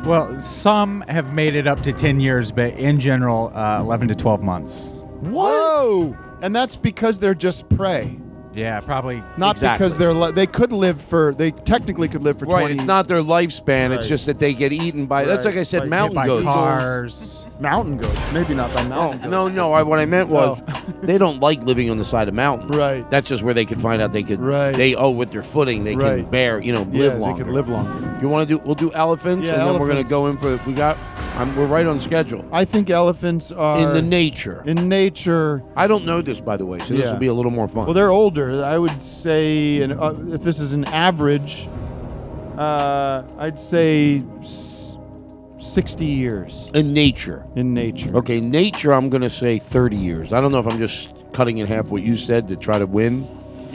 Well, some have made it up to 10 years, but in general, uh, 11 to 12 months.
Whoa! And that's because they're just prey,
Yeah, probably.
not because they're li- they could live for they technically could live for
right?
20
It's not their lifespan. It's
Right.
just that they get eaten by. That's
Right,
like I said,
right.
mountain goats.
Mountain goats. Maybe not by mountain goats.
Oh, No, no. I, what I meant was, they don't like living on the side of mountains. Right. That's just where they could find out they could.
Right.
They oh, with their footing, they can
Right.
bear. You know,
Yeah,
live
they
longer.
could live longer.
You want to do? We'll do elephants,
Yeah,
and then we're gonna
elephants.
go in for. We got. I'm, we're right on schedule.
I think elephants are
In the nature.
In nature.
I don't know this, by the way, so this
Yeah.
will be a little more fun.
Well, they're older. I would say, an, uh, if this is an average, uh, I'd say s- 60 years.
in nature.
In nature.
Okay, nature. I'm gonna say 30 years. I don't know if I'm just cutting in half what you said to try to win.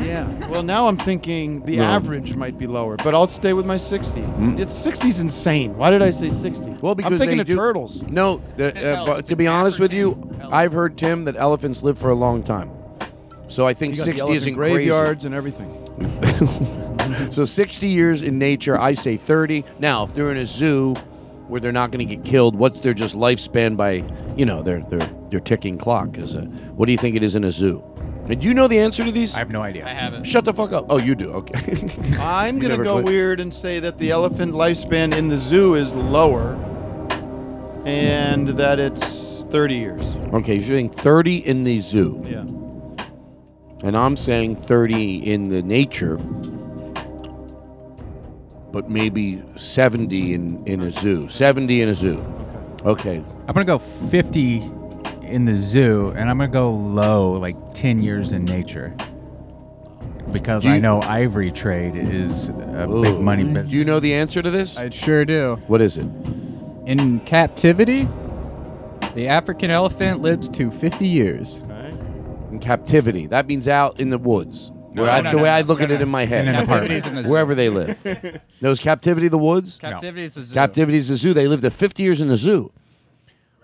Yeah. Well, now I'm thinking the
No.
average might be lower, but I'll stay with my 60. It's 60's insane. Why did I say 60?
Hmm? Well, because
I'm thinking
they
of
do-
turtles.
No, the, uh, but to be honest with you, I've heard Tim that elephants live for a long time. So I think
You got the
60
elephant
isn't crazy.
graveyards and everything.
So 60 years in nature, I say 30. Now, if they're in a zoo where they're not going to get killed, what's their just lifespan by, you know, their their their ticking clock is a What do you think it is in a zoo? And do you know the answer to these? I have
no idea. I
haven't. Shut the fuck up. Oh, you do. Okay.
I'm
You
gonna
never
go
click.
weird and say that the elephant lifespan in the zoo is lower, and that it's 30 years.
okay, you're saying 30 in the zoo.
Yeah.
And I'm saying 30 in the nature, but maybe 70 in, in a zoo. 70 in a zoo.
Okay.
I'm gonna go 50 in the zoo, and I'm gonna go low, like 10 years in nature, because
Do
I
you-
know ivory trade is a big money business.
Do you know the answer to this?
I sure do.
What is it?
In captivity, the African elephant lives to 50 years.
In captivity. That means out in the woods.
No, no,
Where that's
no,
the way
no,
I look
no,
at
no.
it in my head.
In an Captivity apartment. is in the zoo.
Wherever they live. no, is captivity the woods?
Captivity is the zoo.
Captivity is the zoo. They lived there 50 years in the zoo.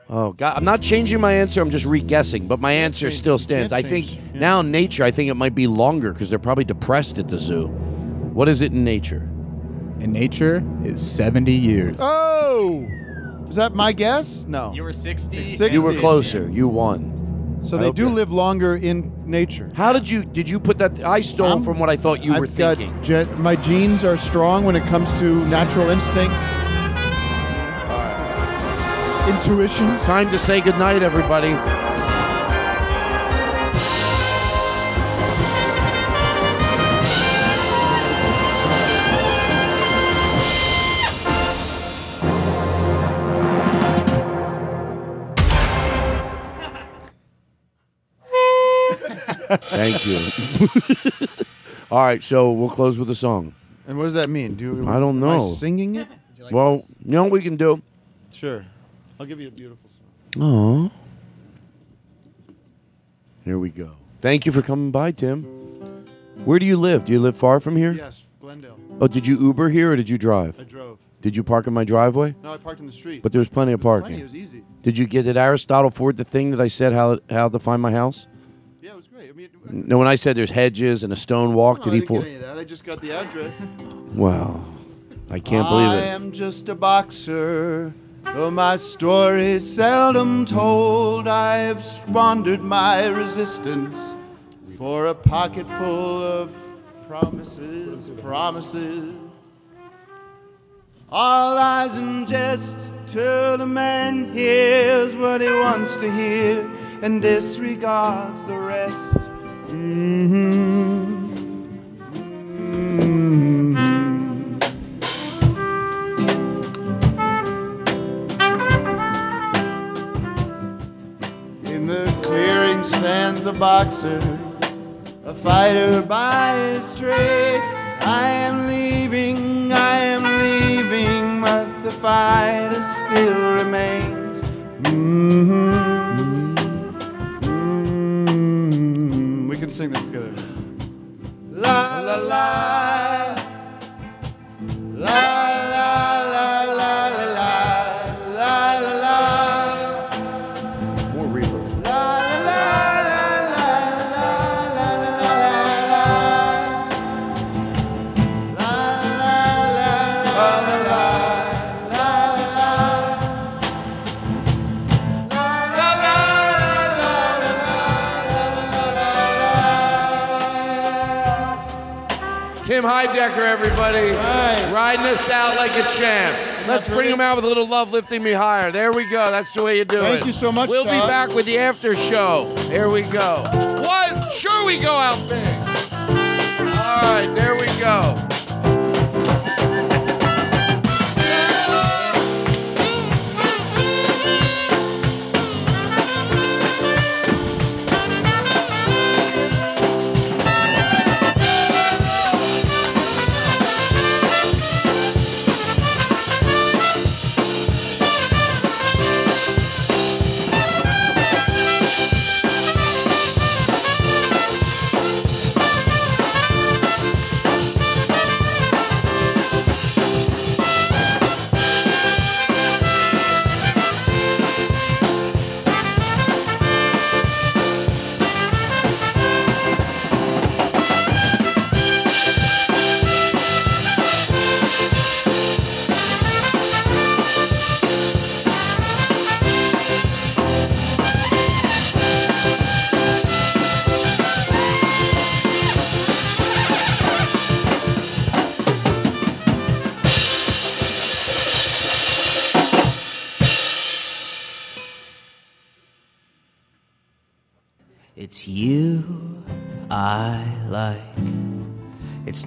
Oh God! I'm not changing my answer. I'm just re-guessing, but my answer still stands. I
can't
think now in nature, I think it might be longer because they're probably depressed at the zoo. What is it in nature?
In nature is 70 years.
Oh, is that my guess? No.
You were 60.
You were closer. You won.
So
I
they
hope
do
you're-
live longer in nature.
How did you did you put that? I stole
I'm-
from what I thought you
I've
were
got
thinking.
gen- my genes are strong when it comes to natural instinct. Intuition.
Time to say goodnight, everybody. Thank you. All right, so we'll close with a song.
And what does that mean? Do you,
I don't
am
know.
singing it?
well, you know what we can do?
Sure. I'll give you a beautiful song.
Oh. Here we go. Thank you for coming by, Tim. Where do you live? Do you live far from here?
Yes, Glendale.
Oh, did you Uber here or did you drive?
I drove.
Did you park in my driveway?
No, I parked in the street.
But there was plenty of
There was
parking.
plenty. It was easy.
Did you get did Aristotle Ford the thing that I said how how to find my house?
Yeah, it was great. I mean,
No, when I said there's hedges and a stone walk,
no,
did
Oh, I
he
didn't
for?
get any of that. I just got the address.
Wow, I can't believe
I
it.
am just a boxer, though my story seldom told. I've squandered my resistance for a pocket full of promises, promises. All lies and jest till the man hears what he wants to hear and disregards the rest. Mhm. Mm-hmm. In the clearing stands a boxer, a fighter by his trade. I am leaving, I am leaving, but the fighter still remains. Mm-hmm. Mm-hmm. We can sing this together. La la la. La la la la la la la la la.
More reverb. Tim Heidecker, everybody, riding us out like a champ. Let's bring him out with a little love lifting me higher. There we go. That's the way you do it.
Thank you so much,
We'll be
Todd.
back with the after show. Here we go. What? Sure, we go out big. All right, there we go.
It's you I like. It's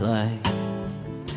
like.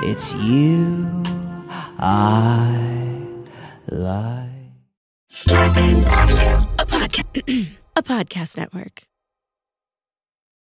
It's you I like.
Star Bands Audio, a podcast, a podcast network.